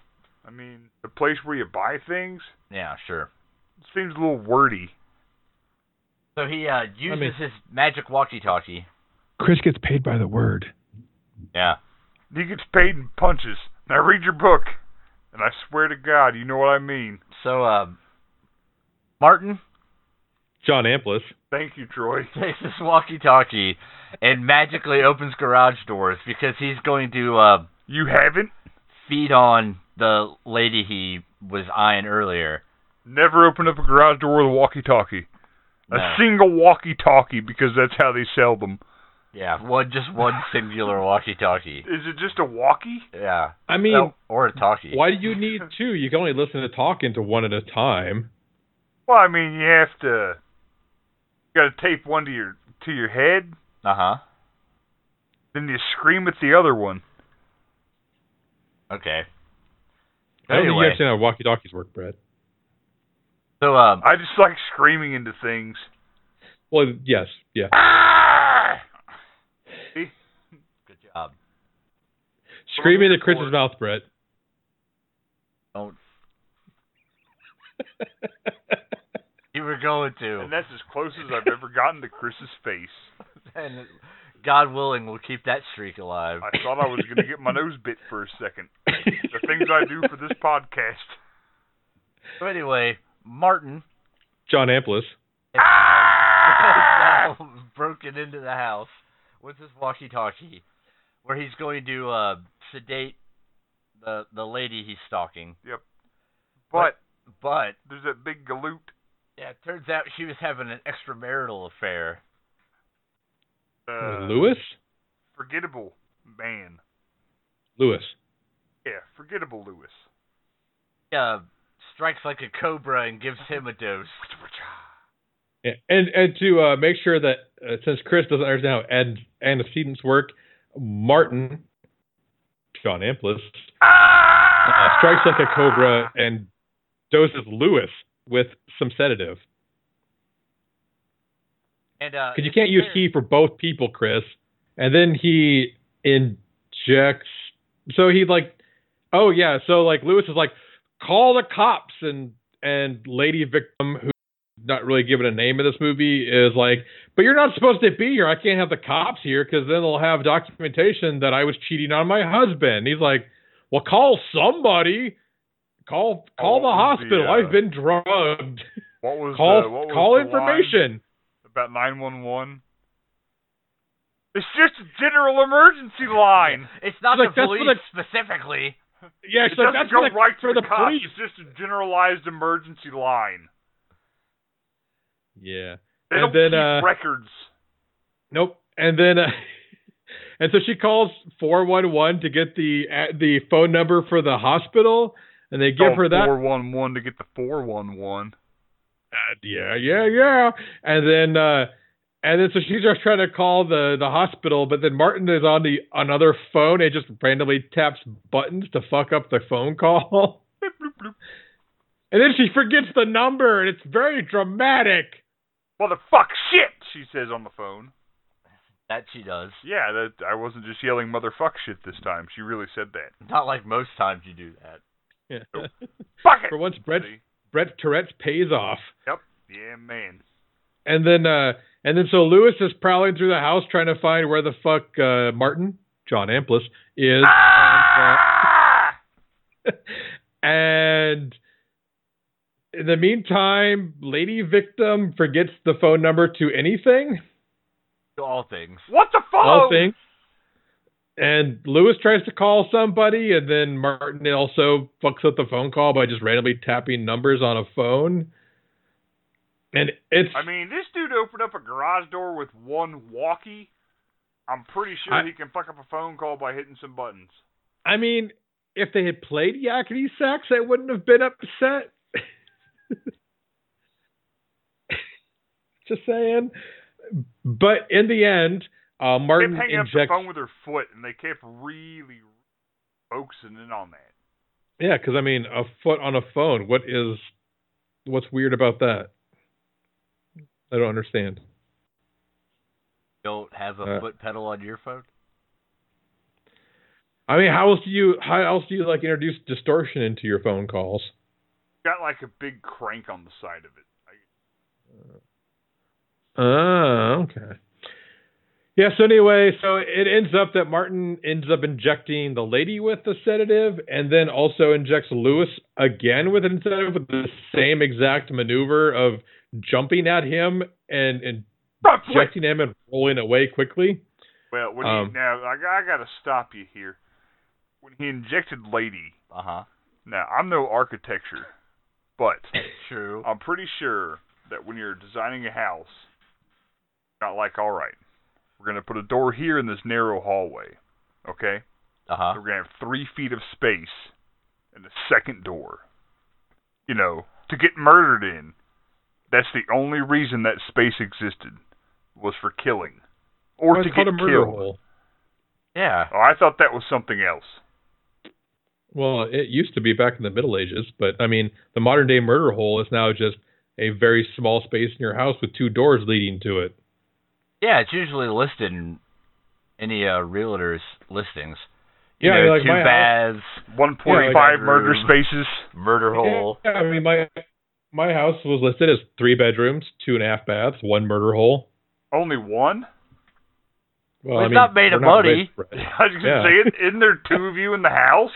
Speaker 2: I mean, the place where you buy things
Speaker 1: yeah, sure.
Speaker 2: seems a little wordy.
Speaker 1: So he uh, uses
Speaker 3: mean-
Speaker 1: his magic walkie-talkie.
Speaker 3: Chris gets paid by the word.
Speaker 1: Yeah.
Speaker 2: He gets paid in punches. Now read your book, and I swear to God, you know what I mean.
Speaker 1: So uh, Martin
Speaker 3: John Amplis.
Speaker 2: Thank you, Troy.
Speaker 1: takes this walkie-talkie and magically opens garage doors because he's going to uh,
Speaker 2: You haven't?
Speaker 1: feed on the lady he was eyeing earlier.
Speaker 2: Never open up a garage door with a walkie-talkie.
Speaker 1: No.
Speaker 2: A single walkie-talkie because that's how they sell them.
Speaker 1: Yeah, one just one singular walkie-talkie.
Speaker 2: Is it just a walkie?
Speaker 1: Yeah,
Speaker 3: I mean,
Speaker 1: No, or a talkie.
Speaker 3: why do you need two? You can only listen to talking to one at a time.
Speaker 2: Well, I mean, you have to. You got to tape one to your to your head,
Speaker 1: Uh huh.
Speaker 2: then you scream at the other one.
Speaker 1: Okay.
Speaker 3: I don't think you
Speaker 1: Anyway,
Speaker 3: understand how walkie talkies work, Brett.
Speaker 1: so um,
Speaker 2: I just like screaming into things.
Speaker 3: Well, yes, yeah.
Speaker 2: Ah!
Speaker 1: good job.
Speaker 3: Scream into
Speaker 2: Four.
Speaker 3: Chris's mouth, Brett.
Speaker 1: Don't you were going to,
Speaker 2: And that's as close as I've ever gotten to Chris's face.
Speaker 1: and God willing, we'll keep that streak alive.
Speaker 2: I thought I was going to get my nose bit for a second. The things I do for this podcast.
Speaker 1: So anyway, Martin
Speaker 3: John Amplis.
Speaker 2: Ah!
Speaker 1: has now broken into the house with his walkie-talkie, where he's going to uh, sedate the the lady he's stalking.
Speaker 2: But
Speaker 1: But
Speaker 2: There's that big galoot.
Speaker 1: yeah, it turns out she was having an extramarital affair.
Speaker 2: Uh,
Speaker 3: Lewis?
Speaker 2: Forgettable man.
Speaker 3: Lewis.
Speaker 2: Yeah, forgettable Lewis.
Speaker 1: Uh, strikes like a cobra and gives him a dose.
Speaker 3: Yeah, And and to uh, make sure that uh, since Chris doesn't understand how ad- antecedents work, Martin, Sean Amplis, uh, strikes like a cobra and doses Lewis with some sedative.
Speaker 1: And uh,
Speaker 3: Because you
Speaker 1: it's
Speaker 3: can't use
Speaker 1: fair-
Speaker 3: he for both people, Chris. And then he injects. So he like, oh yeah. So like Lewis is like, call the cops and and lady victim who's not really given a name in this movie is like, but you're not supposed to be here. I can't have the cops here because then they'll have documentation that I was cheating on my husband. He's like, well, call somebody. Call call
Speaker 2: Oh,
Speaker 3: the hospital.
Speaker 2: yeah.
Speaker 3: I've been drugged.
Speaker 2: What was
Speaker 3: Call
Speaker 2: the, what was
Speaker 3: call
Speaker 2: the line
Speaker 3: information.
Speaker 2: about nine one one? It's just a general emergency line.
Speaker 1: It's not
Speaker 3: Like,
Speaker 1: the
Speaker 3: that's what
Speaker 1: police specifically.
Speaker 3: Yeah,
Speaker 2: it
Speaker 3: so
Speaker 2: doesn't
Speaker 3: that's
Speaker 2: go
Speaker 3: for the,
Speaker 2: right to
Speaker 3: for the,
Speaker 2: the, cops.
Speaker 3: police.
Speaker 2: It's just a generalized emergency line.
Speaker 3: Yeah.
Speaker 2: They
Speaker 3: And
Speaker 2: don't
Speaker 3: then,
Speaker 2: keep
Speaker 3: uh,
Speaker 2: records.
Speaker 3: Nope. And then, uh, and so she calls four one one to get the uh, the phone number for the hospital, and they give her that.
Speaker 2: Oh, four one one to get the four one one.
Speaker 3: Uh, yeah, yeah, yeah. And then, uh, and then so she starts trying to call the the hospital, but then Martin is on the another phone and just randomly taps buttons to fuck up the phone call, and then she forgets the number, and it's very dramatic.
Speaker 2: Motherfuck shit, she says on the phone.
Speaker 1: That she does.
Speaker 2: Yeah, that I wasn't just yelling motherfuck shit this time. She really said that.
Speaker 1: Not like most times you do that.
Speaker 2: Fuck it.
Speaker 3: for once, Brett
Speaker 2: See?
Speaker 3: Brett Tourette's pays off.
Speaker 2: Yep. Yeah, man.
Speaker 3: And then uh and then so Lewis is prowling through the house trying to find where the fuck uh Martin, John Amplis, is.
Speaker 2: Ah!
Speaker 3: and in the meantime, lady victim forgets the phone number to anything,
Speaker 1: Do all things.
Speaker 2: What the fuck?
Speaker 3: all things. And Lewis tries to call somebody, and then Martin also fucks up the phone call by just randomly tapping numbers on a phone. And it's
Speaker 2: I mean, this dude opened up a garage door with one walkie. I'm pretty sure
Speaker 3: I-
Speaker 2: he can fuck up a phone call by hitting some buttons.
Speaker 3: I mean, if they had played Yakety Sax, I wouldn't have been upset. Just saying. But in the end, uh,
Speaker 2: They
Speaker 3: Martin
Speaker 2: kept hanging up the
Speaker 3: injects.
Speaker 2: phone with her foot, and they kept really focusing in on that.
Speaker 3: Yeah, because I mean, a foot on a phone. What is? What's weird about that? I don't understand.
Speaker 1: Don't have a
Speaker 3: Uh.
Speaker 1: foot pedal on your phone.
Speaker 3: I mean, how else do you? How else do you like introduce distortion into your phone calls?
Speaker 2: Got like a big crank on the side of it.
Speaker 3: Oh, okay. Yeah, so anyway, so it ends up that Martin ends up injecting the lady with the sedative and then also injects Lewis again with an sedative with the same exact maneuver of jumping at him and, and
Speaker 2: Front flip!
Speaker 3: injecting him and rolling away quickly.
Speaker 2: Well, when
Speaker 3: Um,
Speaker 2: he, now I, I got to stop you here. When he injected lady,
Speaker 1: Uh huh.
Speaker 2: now I'm no architecture, but
Speaker 1: True.
Speaker 2: I'm pretty sure that when you're designing a house, you're not like, all right, we're gonna put a door here in this narrow hallway, okay?
Speaker 1: Uh huh.
Speaker 3: Uh-huh.
Speaker 2: We're gonna have three feet of space and a second door. You know, to get murdered in. That's the only reason that space existed was for killing, or
Speaker 3: Well,
Speaker 2: to
Speaker 3: it's
Speaker 2: get
Speaker 3: called a murder
Speaker 2: killed.
Speaker 3: hole.
Speaker 1: Yeah.
Speaker 2: Oh, I thought that was something else.
Speaker 3: Well, it used to be back in the Middle Ages, but I mean, the modern day murder hole is now just a very small space in your house with two doors leading to it.
Speaker 1: Yeah, it's usually listed in any uh, realtor's listings. You
Speaker 3: Yeah,
Speaker 1: know,
Speaker 3: like
Speaker 1: two
Speaker 3: my house-
Speaker 1: baths,
Speaker 2: 1.5
Speaker 1: Yeah, like-
Speaker 2: murder spaces.
Speaker 1: murder hole.
Speaker 3: Yeah, I mean my my house was listed as three bedrooms, two and a half baths, one murder hole.
Speaker 2: Only one?
Speaker 3: Well,
Speaker 1: It's not made
Speaker 3: we're
Speaker 1: of
Speaker 3: not
Speaker 1: money.
Speaker 3: rich, right?
Speaker 2: I was gonna
Speaker 3: Yeah.
Speaker 2: say, isn't- isn't there two of you in the house?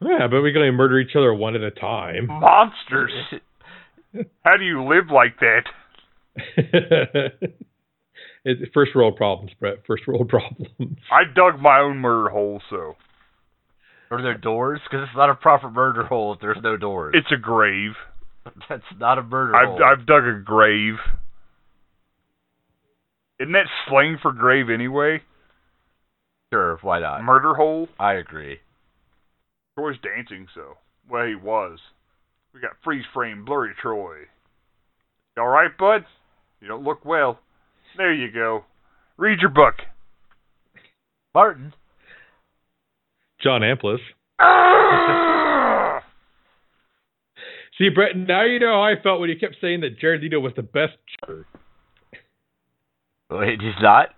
Speaker 3: Yeah, but we can only murder each other one at a time.
Speaker 2: Monsters. How do you live like that?
Speaker 3: it, first world problems, Brett. First world problems.
Speaker 2: I dug my own murder hole, so
Speaker 1: Are there doors? Because it's not a proper murder hole if there's no doors.
Speaker 2: It's a grave.
Speaker 1: That's not a murder
Speaker 2: I've
Speaker 1: hole.
Speaker 2: I've dug a grave. Isn't that slang for grave anyway?
Speaker 1: sure, why not?
Speaker 2: Murder hole.
Speaker 1: I agree.
Speaker 2: Troy's dancing, so well he was. We got freeze frame, blurry Troy. You all right, bud? You don't look well. There you go. Read your book.
Speaker 1: Martin.
Speaker 3: John Amplis.
Speaker 2: Ah!
Speaker 3: See, Brett, now you know how I felt when you kept saying that Jared Leto was the best. Joker.
Speaker 1: Wait, he's not?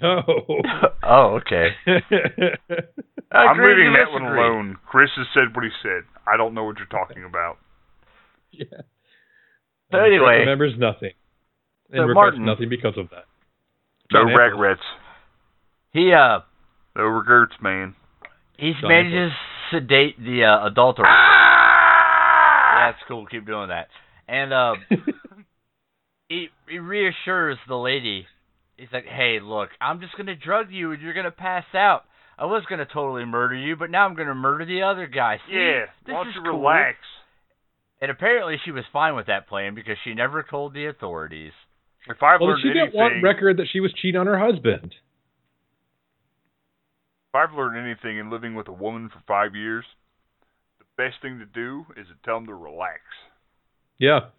Speaker 3: No.
Speaker 1: oh, okay. I
Speaker 2: I'm
Speaker 1: agree
Speaker 2: leaving
Speaker 1: to
Speaker 2: that one
Speaker 1: disagree.
Speaker 2: alone. Chris has said what he said. I don't know what you're talking about.
Speaker 3: yeah.
Speaker 1: So anyway.
Speaker 3: remembers nothing, and
Speaker 1: So
Speaker 3: regrets
Speaker 1: Martin-
Speaker 3: nothing because of that.
Speaker 2: No
Speaker 3: John Amplis.
Speaker 2: regrets.
Speaker 1: He uh
Speaker 2: No regrets, man.
Speaker 1: he's
Speaker 3: John
Speaker 1: manages to sedate the uh, adulterer.
Speaker 2: Ah!
Speaker 1: That's cool. Keep doing that. And uh, he, he reassures the lady. He's like, "Hey, look, I'm just gonna drug you, and you're gonna pass out. I was gonna totally murder you, but now I'm gonna murder the other guy. See,
Speaker 2: Yeah.
Speaker 1: this
Speaker 2: Why don't
Speaker 1: is
Speaker 2: you
Speaker 1: cool."
Speaker 2: relax?
Speaker 1: And apparently, she was fine with that plan because she never told the authorities.
Speaker 2: If I've
Speaker 3: well,
Speaker 2: learned
Speaker 3: she didn't
Speaker 2: anything,
Speaker 3: want record that she was cheating on her husband.
Speaker 2: if I've learned anything in living with a woman for five years, the best thing to do is to tell them to relax.
Speaker 3: Yeah.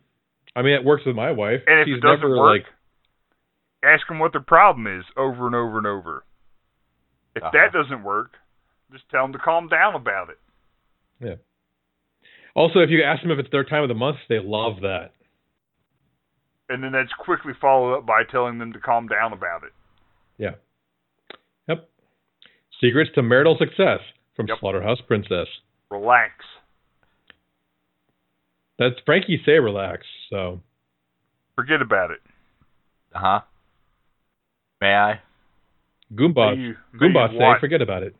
Speaker 3: I mean, it works with my wife.
Speaker 2: And if
Speaker 3: She's
Speaker 2: it doesn't
Speaker 3: never
Speaker 2: work,
Speaker 3: like,
Speaker 2: ask them what their problem is over and over and over. If
Speaker 1: Uh-huh.
Speaker 2: that doesn't work, just tell them to calm down about it.
Speaker 3: also, if you ask them if it's their time of the month, they love that.
Speaker 2: And then that's quickly followed up by telling them to calm down about it.
Speaker 3: Yep. Secrets to marital success from
Speaker 2: Yep.
Speaker 3: Slaughterhouse Princess.
Speaker 2: Relax.
Speaker 3: That's Frankie say relax. So
Speaker 2: Forget about it.
Speaker 1: Uh huh. May I?
Speaker 3: Goomba,
Speaker 2: May you- may you
Speaker 3: Goomba say
Speaker 2: watch.
Speaker 3: forget about it.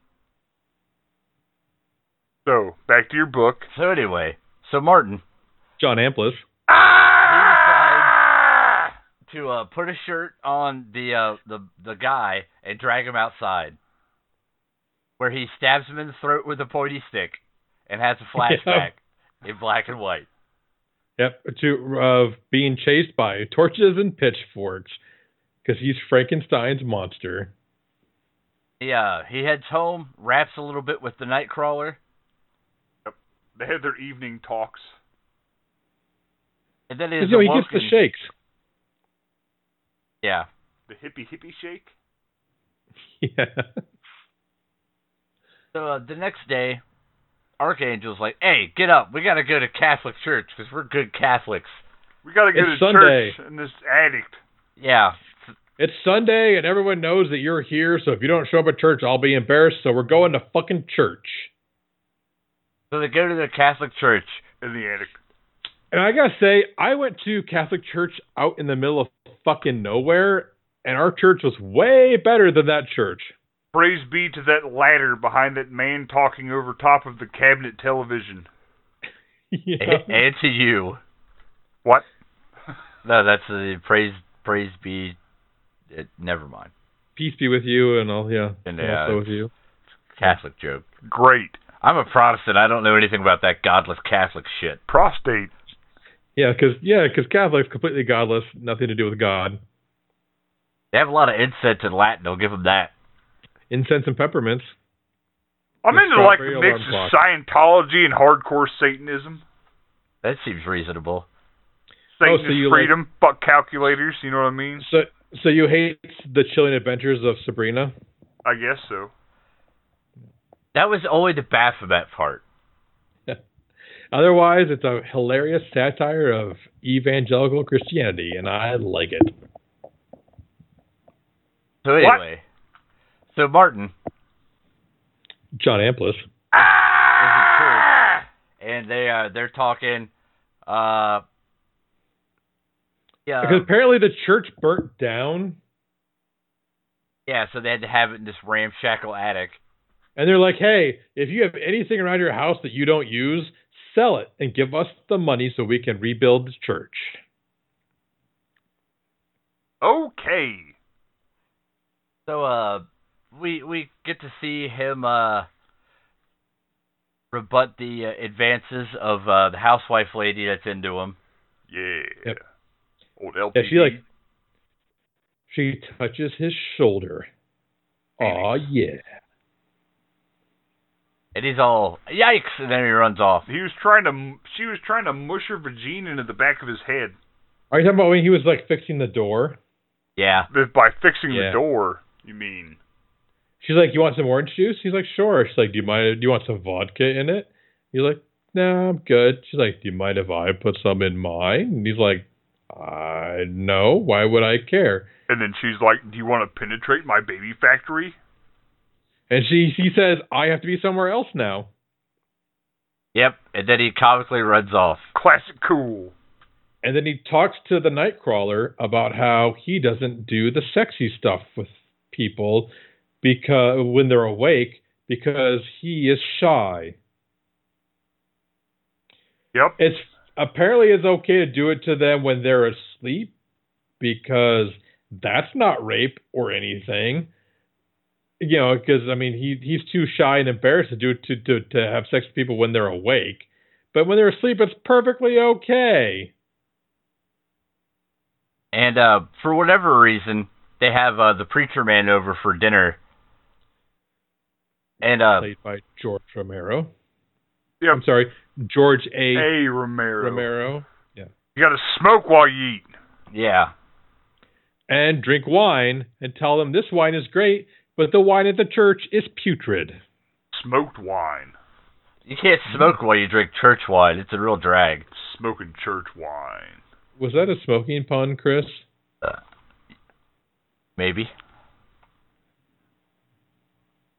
Speaker 2: So, back to your book.
Speaker 1: So anyway, so Martin
Speaker 3: John Amplis.
Speaker 2: Ah!
Speaker 1: to uh, put a shirt on the uh, the the guy and drag him outside, where he stabs him in the throat with a pointy stick, and has a flashback in black and white.
Speaker 3: Yep. To of being chased by torches and pitchforks because he's Frankenstein's monster.
Speaker 1: He uh, he heads home, raps a little bit with the Nightcrawler,
Speaker 2: They had their evening talks.
Speaker 1: and then
Speaker 3: 'Cause,
Speaker 1: is
Speaker 3: You know, he gets the
Speaker 1: awoken-
Speaker 3: shakes.
Speaker 1: Yeah,
Speaker 2: The hippie hippie shake.
Speaker 3: Yeah.
Speaker 1: So uh, the next day, Archangel's like, "Hey, get up! We gotta go to Catholic church because we're good Catholics."
Speaker 2: We gotta go
Speaker 3: It's
Speaker 2: to
Speaker 3: Sunday.
Speaker 2: church and this addict.
Speaker 1: Yeah,
Speaker 3: It's Sunday and everyone knows that you're here, so if you don't show up at church, I'll be embarrassed, so we're going to fucking church.
Speaker 1: so they go to the Catholic church.
Speaker 2: In the attic.
Speaker 3: And I gotta say, I went to Catholic church out in the middle of fucking nowhere, and our church was way better than that church.
Speaker 2: Praise be to that ladder behind that man talking over top of the cabinet television.
Speaker 3: yeah.
Speaker 1: A- and to you.
Speaker 2: What?
Speaker 1: No, that's the praise. Praise be. It, never mind.
Speaker 3: Peace be with you, and all yeah,
Speaker 1: And,
Speaker 3: and
Speaker 1: uh,
Speaker 3: also with you.
Speaker 1: Catholic joke.
Speaker 2: Great.
Speaker 1: I'm a Protestant. I don't know anything about that godless Catholic shit.
Speaker 2: Prostate.
Speaker 3: Yeah, because yeah, 'cause Catholics completely godless, nothing to do with God.
Speaker 1: They have a lot of incense in Latin. I'll give them that.
Speaker 3: Incense and peppermints.
Speaker 2: I'm
Speaker 3: The
Speaker 2: into like
Speaker 3: strawberry
Speaker 2: the
Speaker 3: alarm
Speaker 2: mix of
Speaker 3: clock.
Speaker 2: Scientology and hardcore Satanism.
Speaker 1: That seems reasonable.
Speaker 2: Satan
Speaker 3: Oh, so
Speaker 2: is
Speaker 3: you like-
Speaker 2: freedom. Fuck calculators. You know what I mean?
Speaker 3: So so you hate the chilling adventures of Sabrina?
Speaker 2: I guess so.
Speaker 1: That was only the Baphomet part.
Speaker 3: Otherwise, it's a hilarious satire of evangelical Christianity, and I like it.
Speaker 1: So anyway, so Martin
Speaker 3: John Amplis.
Speaker 2: Ah,
Speaker 1: is in church, and they uh, they're talking. Uh, yeah,
Speaker 3: Because apparently the church burnt down,
Speaker 1: yeah. So they had to have it in this ramshackle attic.
Speaker 3: and they're like, hey, if you have anything around your house that you don't use, sell it and give us the money so we can rebuild the church.
Speaker 2: Okay.
Speaker 1: So uh we we get to see him uh rebut the uh, advances of uh, the housewife lady that's into him.
Speaker 2: Yeah.
Speaker 3: Yep.
Speaker 2: Old LP.
Speaker 3: Yeah, she like she touches his shoulder. Aw, yeah.
Speaker 1: And he's all yikes, and then he runs off.
Speaker 2: He was trying to. She was trying to mush her vagina into the back of his head
Speaker 3: Are you talking about when he was like fixing the door?
Speaker 1: Yeah,
Speaker 2: But by fixing
Speaker 3: Yeah.
Speaker 2: the door. You mean?
Speaker 3: She's like, "You want some orange juice?" He's like, "Sure." She's like, "Do you mind? Do you want some vodka in it?" He's like, "No, I'm good." She's like, "Do you mind if I put some in mine?" And he's like, "I no. Why would I care?"
Speaker 2: And then she's like, "Do you want to penetrate my baby factory?"
Speaker 3: And she she says, "I have to be somewhere else now."
Speaker 1: yep. And then he comically runs off.
Speaker 2: Classic cool.
Speaker 3: And then he talks to the Nightcrawler about how he doesn't do the sexy stuff with people because when they're awake because he is shy.
Speaker 2: Yep.
Speaker 3: it's apparently it's okay to do it to them when they're asleep because that's not rape or anything you know because i mean he he's too shy and embarrassed to do it to, to to have sex with people when they're awake but when they're asleep it's perfectly okay
Speaker 1: And uh, for whatever reason, they have uh, the preacher man over for dinner. And uh,
Speaker 3: played by george romero
Speaker 2: Yep.
Speaker 3: i'm sorry george a
Speaker 2: Hey Romero.
Speaker 3: romero
Speaker 2: You gotta smoke while you eat.
Speaker 1: yeah,
Speaker 3: and drink wine and tell them this wine is great but the wine at the church is putrid
Speaker 2: Smoked wine.
Speaker 1: you can't smoke while you drink church wine. It's a real drag.
Speaker 2: Smoking church wine.
Speaker 3: was that a smoking pun chris
Speaker 1: Maybe.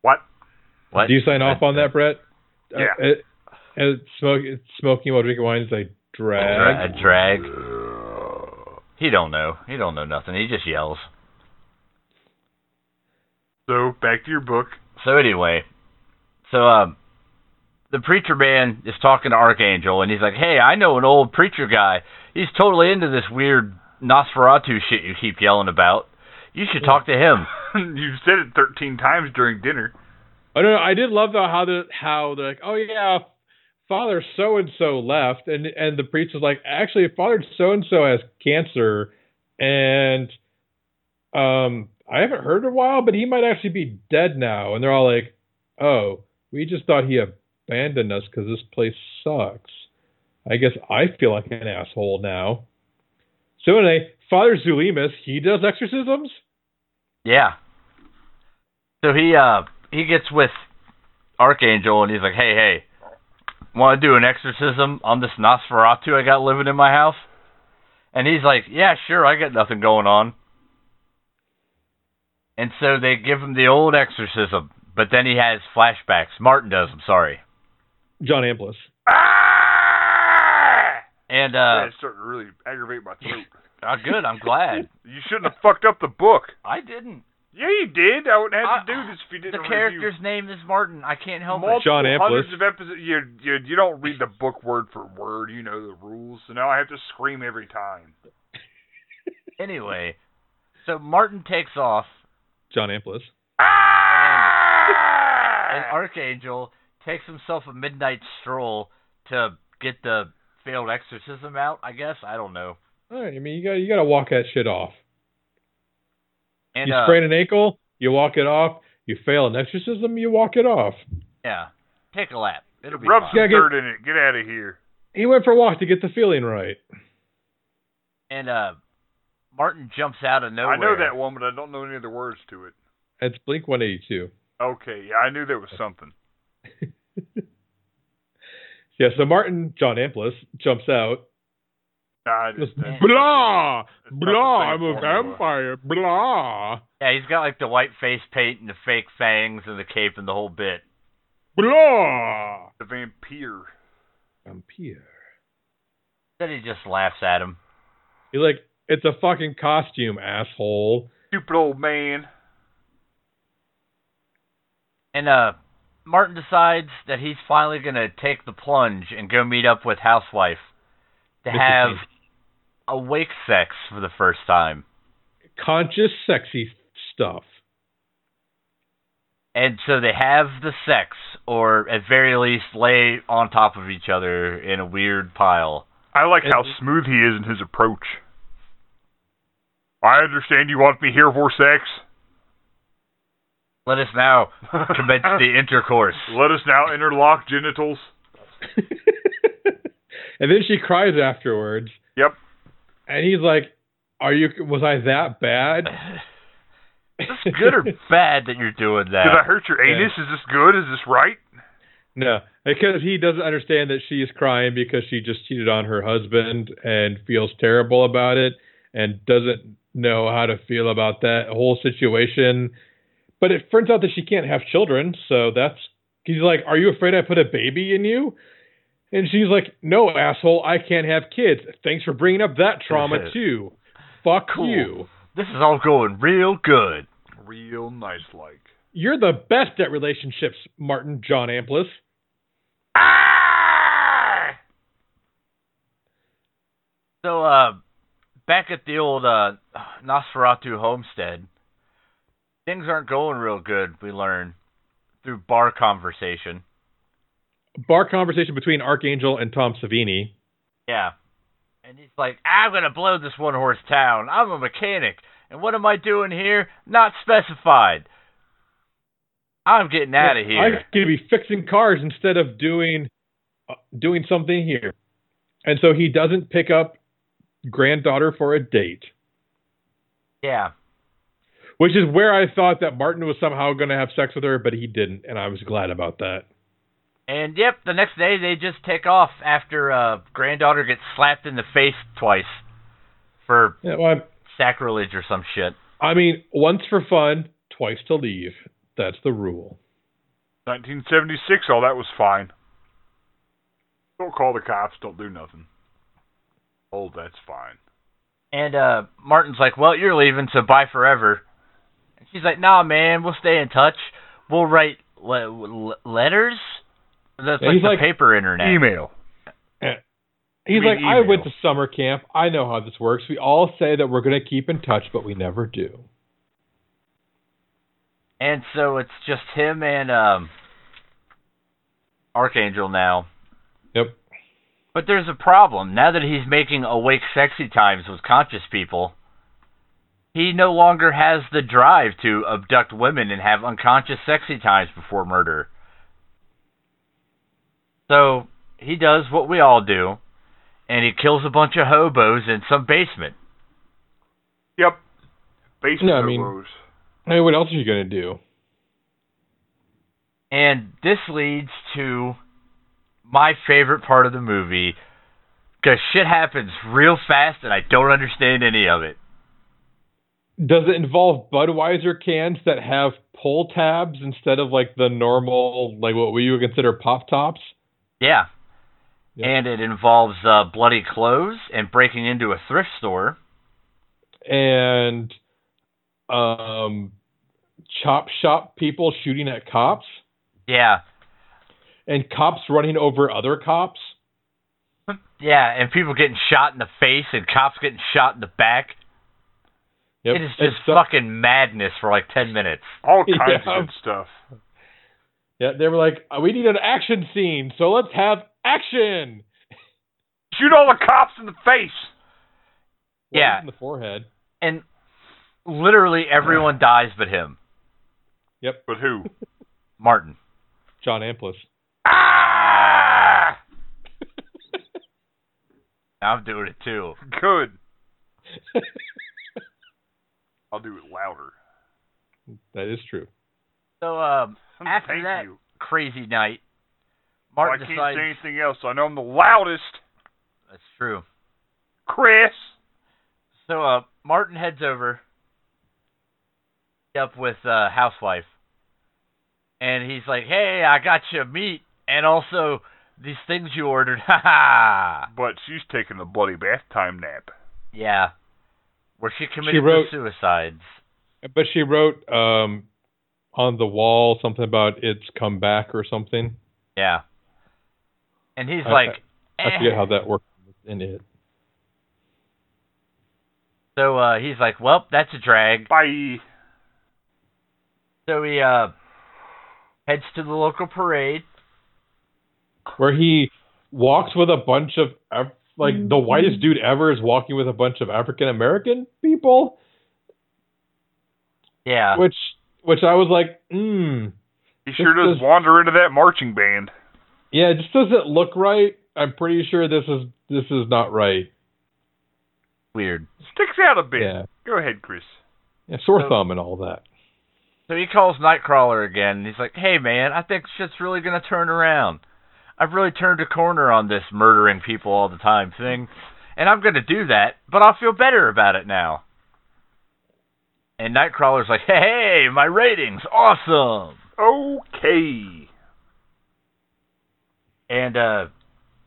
Speaker 2: What?
Speaker 1: What?
Speaker 3: Do you sign off on that, Brett?
Speaker 2: Yeah.
Speaker 3: Uh, uh, uh, smoke, smoking while drinking wine is a drag.
Speaker 1: Dra- A drag. He don't know. He don't know nothing. He just yells.
Speaker 2: So back to your book.
Speaker 1: So anyway, so um, the preacher man is talking to Archangel, and he's like, "Hey, I know an old preacher guy. He's totally into this weird Nosferatu shit you keep yelling about. You should talk to him."
Speaker 2: you said it thirteen times during dinner.
Speaker 3: Oh no, no, I did love though how the how they're like, oh yeah, Father so and so left, and and the preacher's like, actually, Father so and so has cancer, and um, I haven't heard in a while, but he might actually be dead now, and they're all like, oh, we just thought he abandoned us because this place sucks. I guess I feel like an asshole now. So anyway, Father Zulimus, he does exorcisms.
Speaker 1: Yeah. So he uh he gets with Archangel and he's like, "Hey, hey, want to do an exorcism on this Nosferatu I got living in my house?" And he's like, "Yeah, sure, I got nothing going on." And so they give him the old exorcism, but then he has flashbacks. Martin does. I'm sorry.
Speaker 3: John Amplis.
Speaker 2: Ah!
Speaker 1: And
Speaker 2: Yeah,
Speaker 1: uh,
Speaker 2: it's starting to really aggravate my throat.
Speaker 1: oh, good. I'm glad
Speaker 2: you shouldn't have fucked up the book.
Speaker 1: I didn't.
Speaker 2: Yeah, you did. I wouldn't have to
Speaker 1: I-
Speaker 2: do this if you
Speaker 1: The
Speaker 2: didn't review.
Speaker 1: character's name is Martin. I can't help
Speaker 2: Multiple
Speaker 1: it.
Speaker 3: John Amplis.
Speaker 2: hundreds of episodes. You, you you don't read the book word for word. You know the rules. So now I have to scream every time.
Speaker 1: Anyway, so Martin takes off
Speaker 3: John Amplis.
Speaker 1: and
Speaker 2: Ah!
Speaker 1: Archangel takes himself a midnight stroll to get the failed exorcism out, I guess. I don't know.
Speaker 3: All right, I mean, you got you got to walk that shit off.
Speaker 1: And
Speaker 3: you
Speaker 1: uh,
Speaker 3: sprain an ankle, you walk it off. You fail an exorcism, you walk it off.
Speaker 1: yeah, take a lap. It'll be
Speaker 2: Rub
Speaker 1: fine.
Speaker 3: Yeah,
Speaker 2: some
Speaker 3: get-
Speaker 2: dirt in it. Get out of here.
Speaker 3: He went for a walk to get the feeling right.
Speaker 1: And uh Martin jumps out of nowhere.
Speaker 2: I know that one, but I don't know any of the words to it.
Speaker 3: It's Blink 182.
Speaker 2: Okay, yeah, I knew there was something.
Speaker 3: Yeah, so Martin John Amplis jumps out.
Speaker 2: Nah, I
Speaker 3: just,
Speaker 2: just, uh, that's-
Speaker 3: blah,
Speaker 2: that's not the
Speaker 3: blah,
Speaker 2: same
Speaker 3: I'm a
Speaker 2: formula.
Speaker 3: vampire, blah,
Speaker 1: Yeah, he's got like the white face paint and the fake fangs and the cape and the whole bit.
Speaker 3: blah.
Speaker 2: The vampire.
Speaker 3: Vampire.
Speaker 1: Then he just laughs at him.
Speaker 3: He's like, it's a fucking costume, asshole.
Speaker 2: Stupid old man.
Speaker 1: And uh Martin decides that he's finally gonna take the plunge and go meet up with Housewife to
Speaker 3: Mr.
Speaker 1: have
Speaker 3: Pink.
Speaker 1: awake sex for the first time.
Speaker 3: Conscious, sexy stuff.
Speaker 1: And so they have the sex, or at very least lay on top of each other in a weird pile.
Speaker 2: I like
Speaker 3: And-
Speaker 2: how smooth he is in his approach. I understand you want me here for sex.
Speaker 1: Let us now commence the intercourse.
Speaker 2: Let us now interlock genitals.
Speaker 3: and then she cries afterwards.
Speaker 2: Yep.
Speaker 3: And he's like, "Are you? Was I that bad?"
Speaker 1: Is this good or bad that you're doing
Speaker 2: Did I
Speaker 1: that?
Speaker 2: hurt your
Speaker 3: Yeah.
Speaker 2: anus? Is this good? Is this right?
Speaker 3: No, because he doesn't understand that she is crying because she just cheated on her husband and feels terrible about it and doesn't know how to feel about that whole situation. But it turns out that she can't have children, so that's he's like, "Are you afraid I put a baby in you?" And she's like, "No, asshole, I can't have kids. Thanks for bringing up that trauma too. Fuck
Speaker 1: Cool.
Speaker 3: you.
Speaker 1: This is all going real good.
Speaker 2: Real nice, like.
Speaker 3: You're the best at relationships, Martin John Amplis."
Speaker 2: Ah!
Speaker 1: So, uh, back at the old uh, Nosferatu homestead, things aren't going real good, we learn, through bar conversation.
Speaker 3: Bar conversation between Archangel and Tom Savini.
Speaker 1: Yeah. And he's like, I'm going to blow this one horse town. I'm a mechanic. And what am I doing here? Not specified. I'm getting out of here.
Speaker 3: I could be fixing cars instead of doing uh, doing something here. And so he doesn't pick up granddaughter for a date,
Speaker 1: Yeah.
Speaker 3: which is where I thought that Martin was somehow going to have sex with her, but he didn't, and I was glad about that.
Speaker 1: And yep, the next day they just take off after uh, granddaughter gets slapped in the face twice for
Speaker 3: Yeah, well,
Speaker 1: sacrilege or some shit.
Speaker 3: I, I mean, once for fun, twice to leave. That's the rule.
Speaker 2: 1976, all oh, that was fine. Don't call the cops, don't do nothing. Oh, that's fine.
Speaker 1: And uh, Martin's like, "Well, you're leaving, so bye forever." And she's like, "Nah, man, we'll stay in touch. We'll write le- le- letters." That's
Speaker 3: Yeah,
Speaker 1: like
Speaker 3: he's
Speaker 1: the
Speaker 3: like,
Speaker 1: paper internet.
Speaker 2: Email.
Speaker 3: He's
Speaker 2: You mean
Speaker 3: like, I
Speaker 2: email.
Speaker 3: went to summer camp. I know how this works. We all say that we're going to keep in touch, but we never do.
Speaker 1: And so it's just him and um, Archangel now.
Speaker 3: Yep.
Speaker 1: But there's a problem. Now that he's making awake sexy times with conscious people, he no longer has the drive to abduct women and have unconscious sexy times before murder. So he does what we all do, and he kills a bunch of hobos in some basement.
Speaker 2: Yep. Basement
Speaker 3: No, I mean-
Speaker 2: hobos.
Speaker 3: I mean, what else are you going to do?
Speaker 1: And this leads to my favorite part of the movie because shit happens real fast and I don't understand any of it.
Speaker 3: Does it involve Budweiser cans that have pull tabs instead of like the normal, like what we would consider pop tops?
Speaker 1: Yeah.
Speaker 3: Yeah.
Speaker 1: And it involves uh, bloody clothes and breaking into a thrift store.
Speaker 3: And um, chop shop people shooting at cops
Speaker 1: Yeah.
Speaker 3: and cops running over other cops.
Speaker 1: Yeah. And people getting shot in the face and cops getting shot in the back.
Speaker 3: Yep.
Speaker 1: It is
Speaker 3: And
Speaker 1: just
Speaker 3: so-
Speaker 1: fucking madness for like 10 minutes.
Speaker 2: All kinds
Speaker 3: Yeah.
Speaker 2: of good stuff.
Speaker 3: yeah, they were like, we need an action scene, so let's have action.
Speaker 2: Shoot all the cops in the face.
Speaker 3: Well,
Speaker 1: Yeah.
Speaker 3: in the forehead.
Speaker 1: And literally everyone dies but him,
Speaker 2: But who?
Speaker 1: Martin.
Speaker 3: John Amplis.
Speaker 2: ah!
Speaker 1: I'm doing it too.
Speaker 2: Good. I'll do it louder.
Speaker 3: That is true.
Speaker 1: So, um, After
Speaker 2: Thank
Speaker 1: that,
Speaker 2: you.
Speaker 1: crazy night.
Speaker 2: Oh, I
Speaker 1: Martin
Speaker 2: can't
Speaker 1: decides
Speaker 2: say anything else. I know I'm the loudest.
Speaker 1: that's true.
Speaker 2: Chris.
Speaker 1: So uh, Martin heads over up with uh, housewife, and he's like, "Hey, I got you meat, and also these things you ordered." Ha ha!
Speaker 2: But she's taking a bloody bath time nap.
Speaker 1: Yeah, where she committed
Speaker 3: wrote-
Speaker 1: the suicides.
Speaker 3: But she wrote um, on the wall something about it's come back or something.
Speaker 1: Yeah, and he's
Speaker 3: I-
Speaker 1: like,
Speaker 3: I
Speaker 1: "Eh."
Speaker 3: forget how that worked in it.
Speaker 1: "So uh, he's like, well, that's a drag."
Speaker 2: Bye.
Speaker 1: So he uh heads to the local parade.
Speaker 3: where he walks with a bunch of Af- like the
Speaker 1: Mm-hmm.
Speaker 3: whitest dude ever is walking with a bunch of African American people,
Speaker 1: Yeah.
Speaker 3: which which I was like, mm,
Speaker 2: He sure
Speaker 3: This
Speaker 2: does
Speaker 3: is-
Speaker 2: wander into that marching band.
Speaker 3: yeah, it just doesn't look right. I'm pretty sure this is this is not right.
Speaker 1: Weird.
Speaker 2: Sticks out a bit.
Speaker 3: Yeah,
Speaker 2: Go ahead, Chris.
Speaker 3: yeah sore
Speaker 1: So-
Speaker 3: thumb and all that.
Speaker 1: So he calls Nightcrawler again. and He's like, "Hey, man, I think shit's really gonna turn around. I've really turned a corner on this murdering people all the time thing, and I'm gonna do that. But I'll feel better about it now." And Nightcrawler's like, "Hey, my ratings, awesome."
Speaker 2: Okay.
Speaker 1: And uh,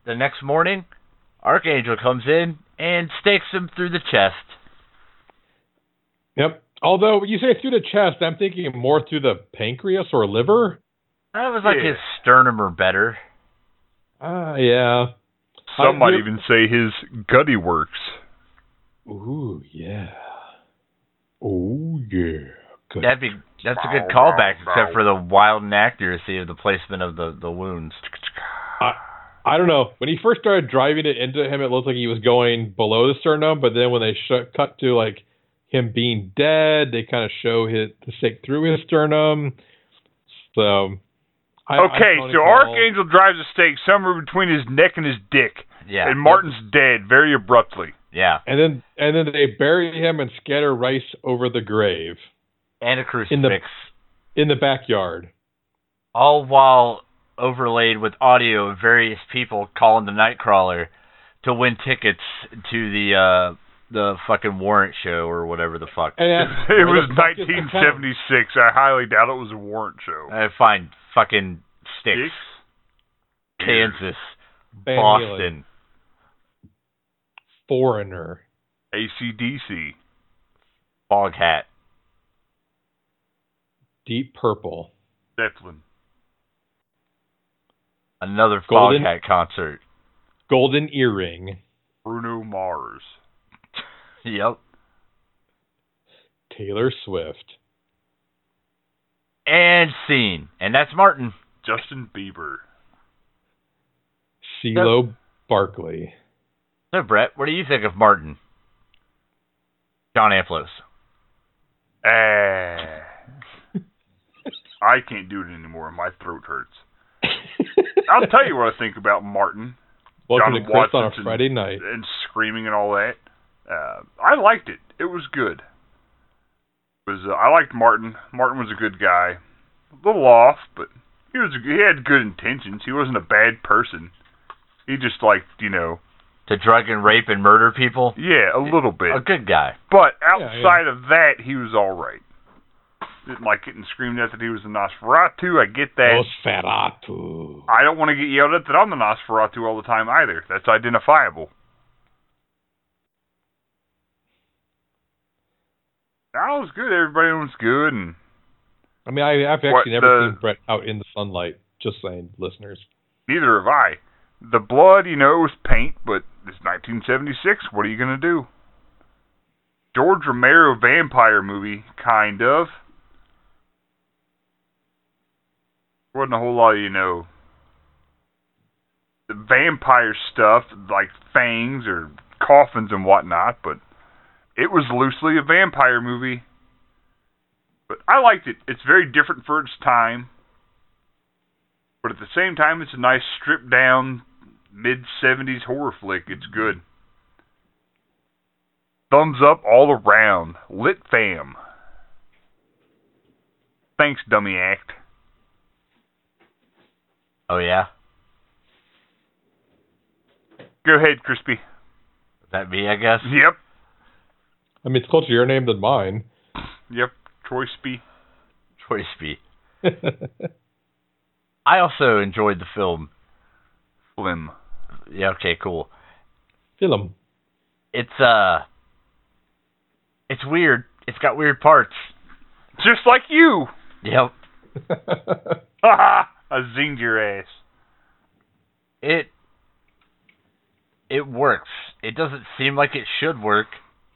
Speaker 1: the next morning, Archangel comes in and stakes him through the chest.
Speaker 3: Yep. Although you say through the chest, I'm thinking more through the pancreas or liver.
Speaker 1: That was like
Speaker 2: Yeah.
Speaker 1: his sternum or better.
Speaker 3: Ah, yeah.
Speaker 2: Some
Speaker 3: I-
Speaker 2: might
Speaker 3: you-
Speaker 2: even say his gutty works.
Speaker 3: Ooh, yeah. Oh, yeah. Good.
Speaker 1: That'd be that's a good callback, except for the wild and accuracy of the placement of the, the wounds.
Speaker 3: I don't know. When he first started driving it into him, it looked like he was going below the sternum, but then when they sh- cut to like him being dead, they kind of show his the stake through his sternum. So, I, I
Speaker 2: Okay,
Speaker 3: don't
Speaker 2: so
Speaker 3: recall-
Speaker 2: Archangel drives a stake somewhere between his neck and his dick,
Speaker 1: Yeah.
Speaker 2: and Martin's dead very abruptly.
Speaker 1: Yeah.
Speaker 3: and then and then they bury him and scatter rice over the grave
Speaker 1: And a crucifix.
Speaker 3: in the backyard.
Speaker 1: all while overlaid with audio of various people calling the Nightcrawler to win tickets to the uh the fucking warrant show or whatever the fuck.
Speaker 3: And
Speaker 2: it was
Speaker 3: where the fuck is the town?
Speaker 2: 1976. I highly doubt it was a warrant show.
Speaker 1: I find fucking sticks. Kansas,
Speaker 3: Van Halen.
Speaker 1: Boston,
Speaker 3: foreigner.
Speaker 2: ACDC.
Speaker 1: Bog Hat.
Speaker 3: Deep Purple.
Speaker 2: Zeppelin.
Speaker 1: Another Bog
Speaker 3: Golden-
Speaker 1: Hat concert.
Speaker 3: Golden Earring.
Speaker 2: Bruno Mars.
Speaker 1: Yep.
Speaker 3: Taylor Swift.
Speaker 1: And scene. And that's Martin.
Speaker 2: Justin Bieber.
Speaker 3: CeeLo Barkley.
Speaker 1: So, Brett, what do you think of Martin? John Amplos.
Speaker 2: Ah. I can't do it anymore. My throat hurts. I'll tell you what I think about Martin
Speaker 3: Welcome
Speaker 2: John
Speaker 3: to Chris on
Speaker 2: Watson's-
Speaker 3: a Friday night.
Speaker 2: and screaming and all that. Uh, I liked it. It was good. It was uh, I liked Martin. Martin was a good guy. A little off, but he was he had good intentions. He wasn't a bad person. He just liked, you know,
Speaker 1: To drug and rape and murder people?
Speaker 2: yeah, a little bit.
Speaker 1: A good guy.
Speaker 2: But
Speaker 3: yeah.
Speaker 2: outside of that, he was all right. Didn't like getting screamed at that he was a Nosferatu. I get that.
Speaker 3: Nosferatu.
Speaker 2: I don't want to get yelled at that I'm the Nosferatu all the time either. That's identifiable. That was good. Everybody was good, and
Speaker 3: I mean, I, I've actually
Speaker 2: What
Speaker 3: never
Speaker 2: the-
Speaker 3: seen Brett out in the sunlight. Just saying, listeners.
Speaker 2: neither have I. The blood, you know, it was paint, but it's 1976. What are you gonna do? George Romero vampire movie, kind of. Wasn't a whole lot, you know. The vampire stuff, like fangs or coffins and whatnot, but it was loosely a vampire movie. But I liked it. It's very different for its time. But at the same time, it's a nice stripped down mid 70s horror flick. It's good. Thumbs up all around. Lit fam. Thanks, dummy act.
Speaker 1: Oh, yeah?
Speaker 2: Go ahead, Crispy.
Speaker 1: That me, I guess?
Speaker 2: Yep.
Speaker 3: I mean, it's closer to your name than mine.
Speaker 2: Yep. Troy Spee.
Speaker 1: Choice B.
Speaker 3: That's
Speaker 1: I also enjoyed the film.
Speaker 2: Flim.
Speaker 1: Yeah, okay, cool.
Speaker 3: film.
Speaker 1: It's, uh. It's weird. It's got weird parts.
Speaker 2: Just like you.
Speaker 1: Yep.
Speaker 2: Ha ha. I zinged your ass.
Speaker 1: it it works. It doesn't seem like it should work,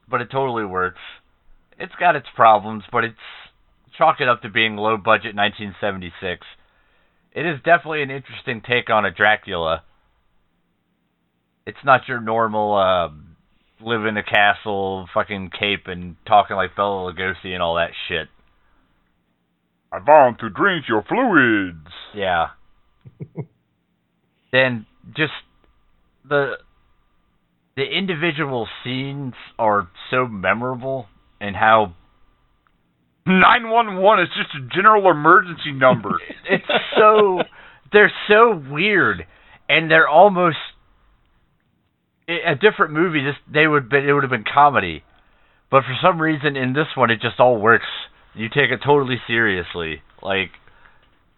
Speaker 1: but it totally works. It's got its problems, but it's chalk it up to being low budget 1976. It is definitely an interesting take on a Dracula. It's not your normal um, live in a castle, fucking cape, and talking like Bela Lugosi and all that shit.
Speaker 2: I want to drink your fluids.
Speaker 1: Yeah. then just the the individual scenes are so memorable and how
Speaker 2: 911 is just a general emergency number.
Speaker 1: it's so they're so weird and they're almost i- a different movie this they would been it would have been comedy but for some reason in this one it just all works you take it totally seriously like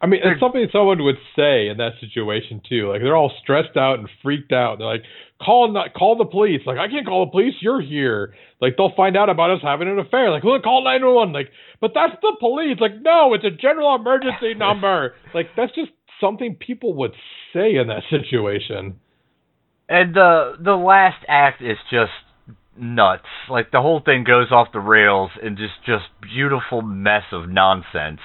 Speaker 3: I mean, it's something someone would say in that situation too. Like they're all stressed out and freaked out. They're like, "Call not call the police." Like I can't call the police. You're here. Like they'll find out about us having an affair. Like, look, call nine one one. Like, but that's the police. Like, no, it's a general emergency number. Like that's just something people would say in that situation.
Speaker 1: and the the last act is just nuts like the whole thing goes off the rails and just just beautiful mess of nonsense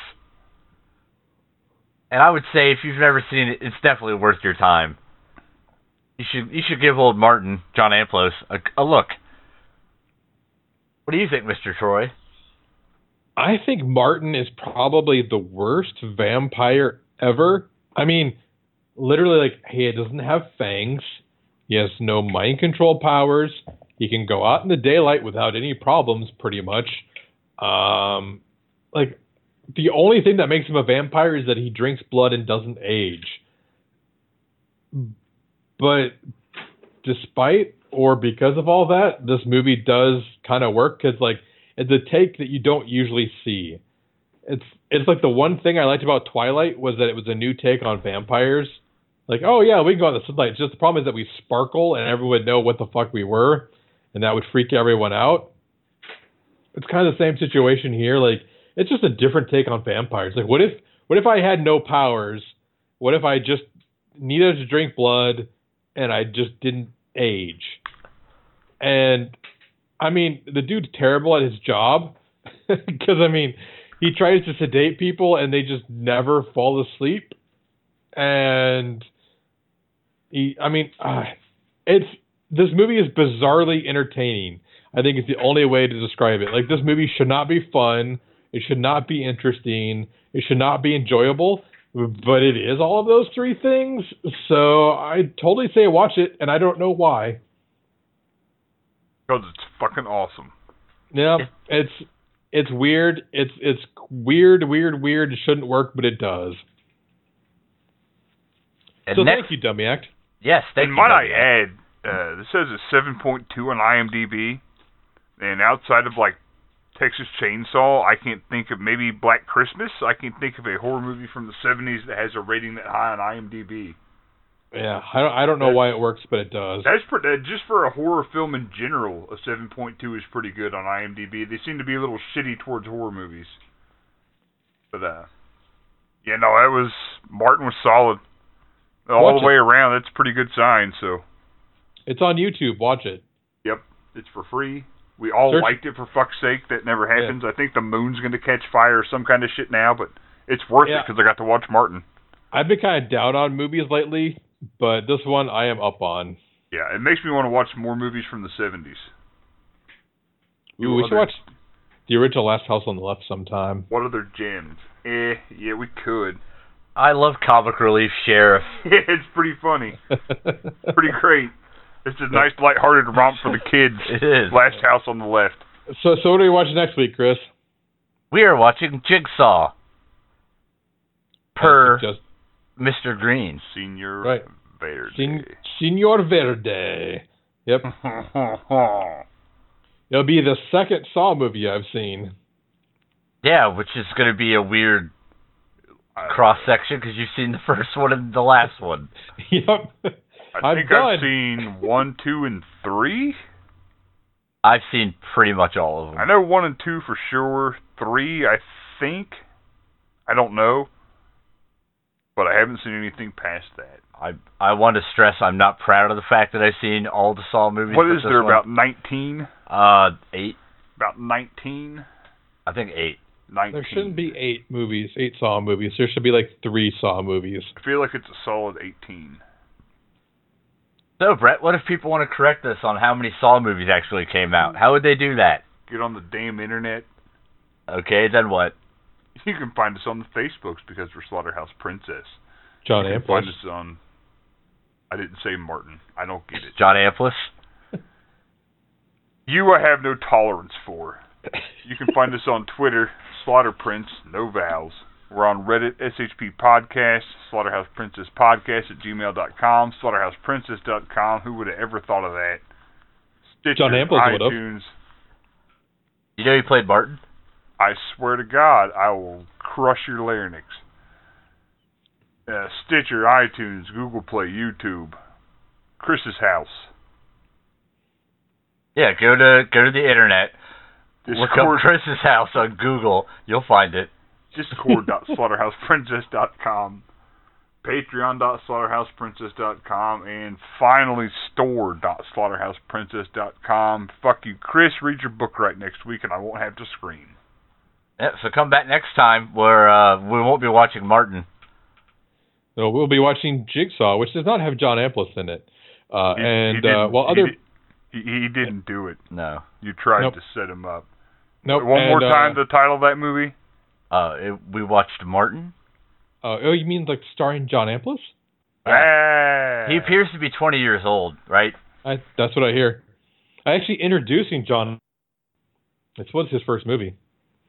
Speaker 1: and i would say if you've never seen it it's definitely worth your time you should you should give old martin john amplos a, a look what do you think mr troy
Speaker 3: I think Martin is probably the worst vampire ever. I mean, literally, like, he doesn't have fangs. He has no mind control powers. He can go out in the daylight without any problems, pretty much. Um, like, the only thing that makes him a vampire is that he drinks blood and doesn't age. But despite or because of all that, this movie does kind of work because, like, it's a take that you don't usually see. It's it's like the one thing I liked about Twilight was that it was a new take on vampires. Like, oh yeah, we can go out in the sunlight. Just the problem is that we sparkle and everyone would know what the fuck we were, and that would freak everyone out. It's kind of the same situation here. Like, it's just a different take on vampires. Like, what if what if I had no powers? What if I just needed to drink blood and I just didn't age? And I mean, the dude's terrible at his job because I mean, he tries to sedate people and they just never fall asleep. And he, I mean, uh, it's this movie is bizarrely entertaining. I think it's the only way to describe it. Like this movie should not be fun. It should not be interesting. It should not be enjoyable. But it is all of those three things. So I totally say watch it, and I don't know why.
Speaker 2: Because it's fucking awesome.
Speaker 3: Yeah, it's it's weird. It's it's weird, weird, weird. It shouldn't work, but it does.
Speaker 1: and
Speaker 3: so
Speaker 1: next
Speaker 3: thank you, Dummy Act.
Speaker 1: yes thank
Speaker 2: and
Speaker 1: you
Speaker 2: might I
Speaker 1: Doug.
Speaker 2: add, uh, this has a 7.2 on IMDb, and outside of like Texas Chainsaw, I can't think of maybe Black Christmas. I can think of a horror movie from the 70s that has a rating that high on IMDb.
Speaker 3: Yeah, I don't I don't know why it works, but it does.
Speaker 2: That's pretty, uh, just for a horror film in general. A 7.2 is pretty good on IMDb. They seem to be a little shitty towards horror movies, but uh, yeah, no, that was Martin was solid all
Speaker 3: Watch
Speaker 2: the
Speaker 3: it.
Speaker 2: way around. That's a pretty good sign. So
Speaker 3: It's on YouTube. Watch it.
Speaker 2: It's for free. We all
Speaker 3: Search-
Speaker 2: liked it for fuck's sake. That never happens. I think the moon's going to catch fire or some kind of shit now, but it's worth it
Speaker 3: Yeah.
Speaker 2: 'cause it because I got to watch Martin.
Speaker 3: I've been kind of down on movies lately, but this one I am up on.
Speaker 2: Yeah, it makes me want to watch more movies from the 70s.
Speaker 3: Ooh, we should
Speaker 2: other-
Speaker 3: watch the original Last House on the Left sometime.
Speaker 2: What other gems? Eh, yeah, we could.
Speaker 1: i love comic relief sheriff
Speaker 2: it's pretty funny. Pretty great. It's a nice lighthearted romp for the kids.
Speaker 1: it is
Speaker 2: Last house on the left.
Speaker 3: so so what are we watching next week, Chris?
Speaker 1: we are watching jigsaw per
Speaker 3: Just
Speaker 1: mr green
Speaker 2: Senior
Speaker 3: Right.
Speaker 2: Vader.
Speaker 3: Sen- Senor Verde. Yep,
Speaker 2: Hmm.
Speaker 3: it'll be the second Saw movie I've seen.
Speaker 1: Yeah, which is going to be a weird cross section because you've seen the first one and the last one.
Speaker 3: yep.
Speaker 2: I
Speaker 3: I'm
Speaker 2: think
Speaker 3: done.
Speaker 2: I've seen one, two, and three.
Speaker 1: I've seen pretty much all of
Speaker 2: I
Speaker 1: them.
Speaker 2: know one and two for sure. Three, I think. I don't know. But I haven't seen anything past that.
Speaker 1: I I want to stress I'm not proud of the fact that I've seen all the Saw movies.
Speaker 2: What
Speaker 1: but
Speaker 2: is
Speaker 1: this
Speaker 2: there
Speaker 1: one-
Speaker 2: about nineteen?
Speaker 1: Uh, eight.
Speaker 2: About nineteen?
Speaker 1: I think eight.
Speaker 2: Nineteen.
Speaker 3: There shouldn't be eight movies, eight Saw movies. There should be like three Saw movies.
Speaker 2: I feel like it's a solid eighteen.
Speaker 1: So, Brett, what if people want to correct us on how many Saw movies actually came out? How would they do that?
Speaker 2: Get on the damn internet.
Speaker 1: Okay, then what?
Speaker 2: You can find us on the Facebooks because we're Slaughterhouse Princess.
Speaker 3: John
Speaker 1: Oh,
Speaker 2: You can
Speaker 3: Amplis.
Speaker 2: find us on. I didn't say Martin. I don't get it.
Speaker 1: John Amplis?
Speaker 2: You I have no tolerance for. You can find us on Twitter, Slaughter Prince, no vowels. We're on Reddit, SHP Podcast, Slaughterhouse Princess Podcast at gmail.com, slaughterhouseprincess.com. Who would have ever thought of that? Stitcher,
Speaker 3: John Amplis would've.
Speaker 2: iTunes.
Speaker 1: You know he played Martin?
Speaker 2: I swear to God, I will crush your larynx. Uh, Stitcher, iTunes, Google Play, YouTube, Chris's house,
Speaker 1: Yeah, go to go to the internet. Look up
Speaker 2: Discord,
Speaker 1: Chris's house on Google. You'll find it.
Speaker 2: discord.slaughterhouseprincess.com, patreon.slaughterhouseprincess.com, and finally store.slaughterhouseprincess.com. Fuck you, Chris. Read your book right next week, and I won't have to scream.
Speaker 1: Yeah, so come back next time where uh, we won't be watching Martin.
Speaker 3: No, we'll be watching Jigsaw, which does not have John Amplis in it. Uh,
Speaker 2: He- he
Speaker 3: and uh,
Speaker 2: didn't-
Speaker 3: while
Speaker 2: he
Speaker 3: other
Speaker 2: di- He, he didn't do it.
Speaker 1: No.
Speaker 2: You tried
Speaker 3: Nope.
Speaker 2: to set him up.
Speaker 3: nope,
Speaker 2: One more
Speaker 3: and, uh,
Speaker 2: time, the title of that movie.
Speaker 1: Uh, it, we watched Martin.
Speaker 3: uh, oh, you mean like starring John Amplis?
Speaker 2: Ah.
Speaker 1: He appears to be 20 years old, right?
Speaker 3: I, that's what I hear. I actually introducing John. This was his first movie.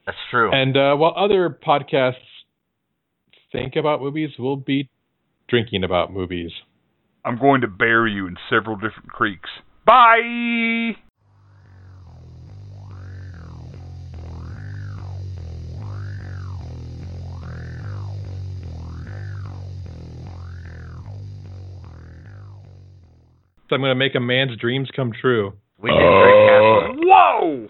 Speaker 1: That's true.
Speaker 3: And uh, while other podcasts think about movies, we'll be drinking about movies.
Speaker 2: I'm going to bury you in several different creeks. Bye.
Speaker 3: So I'm going to make a man's dreams come true.
Speaker 1: we did drink half of it.
Speaker 2: Whoa.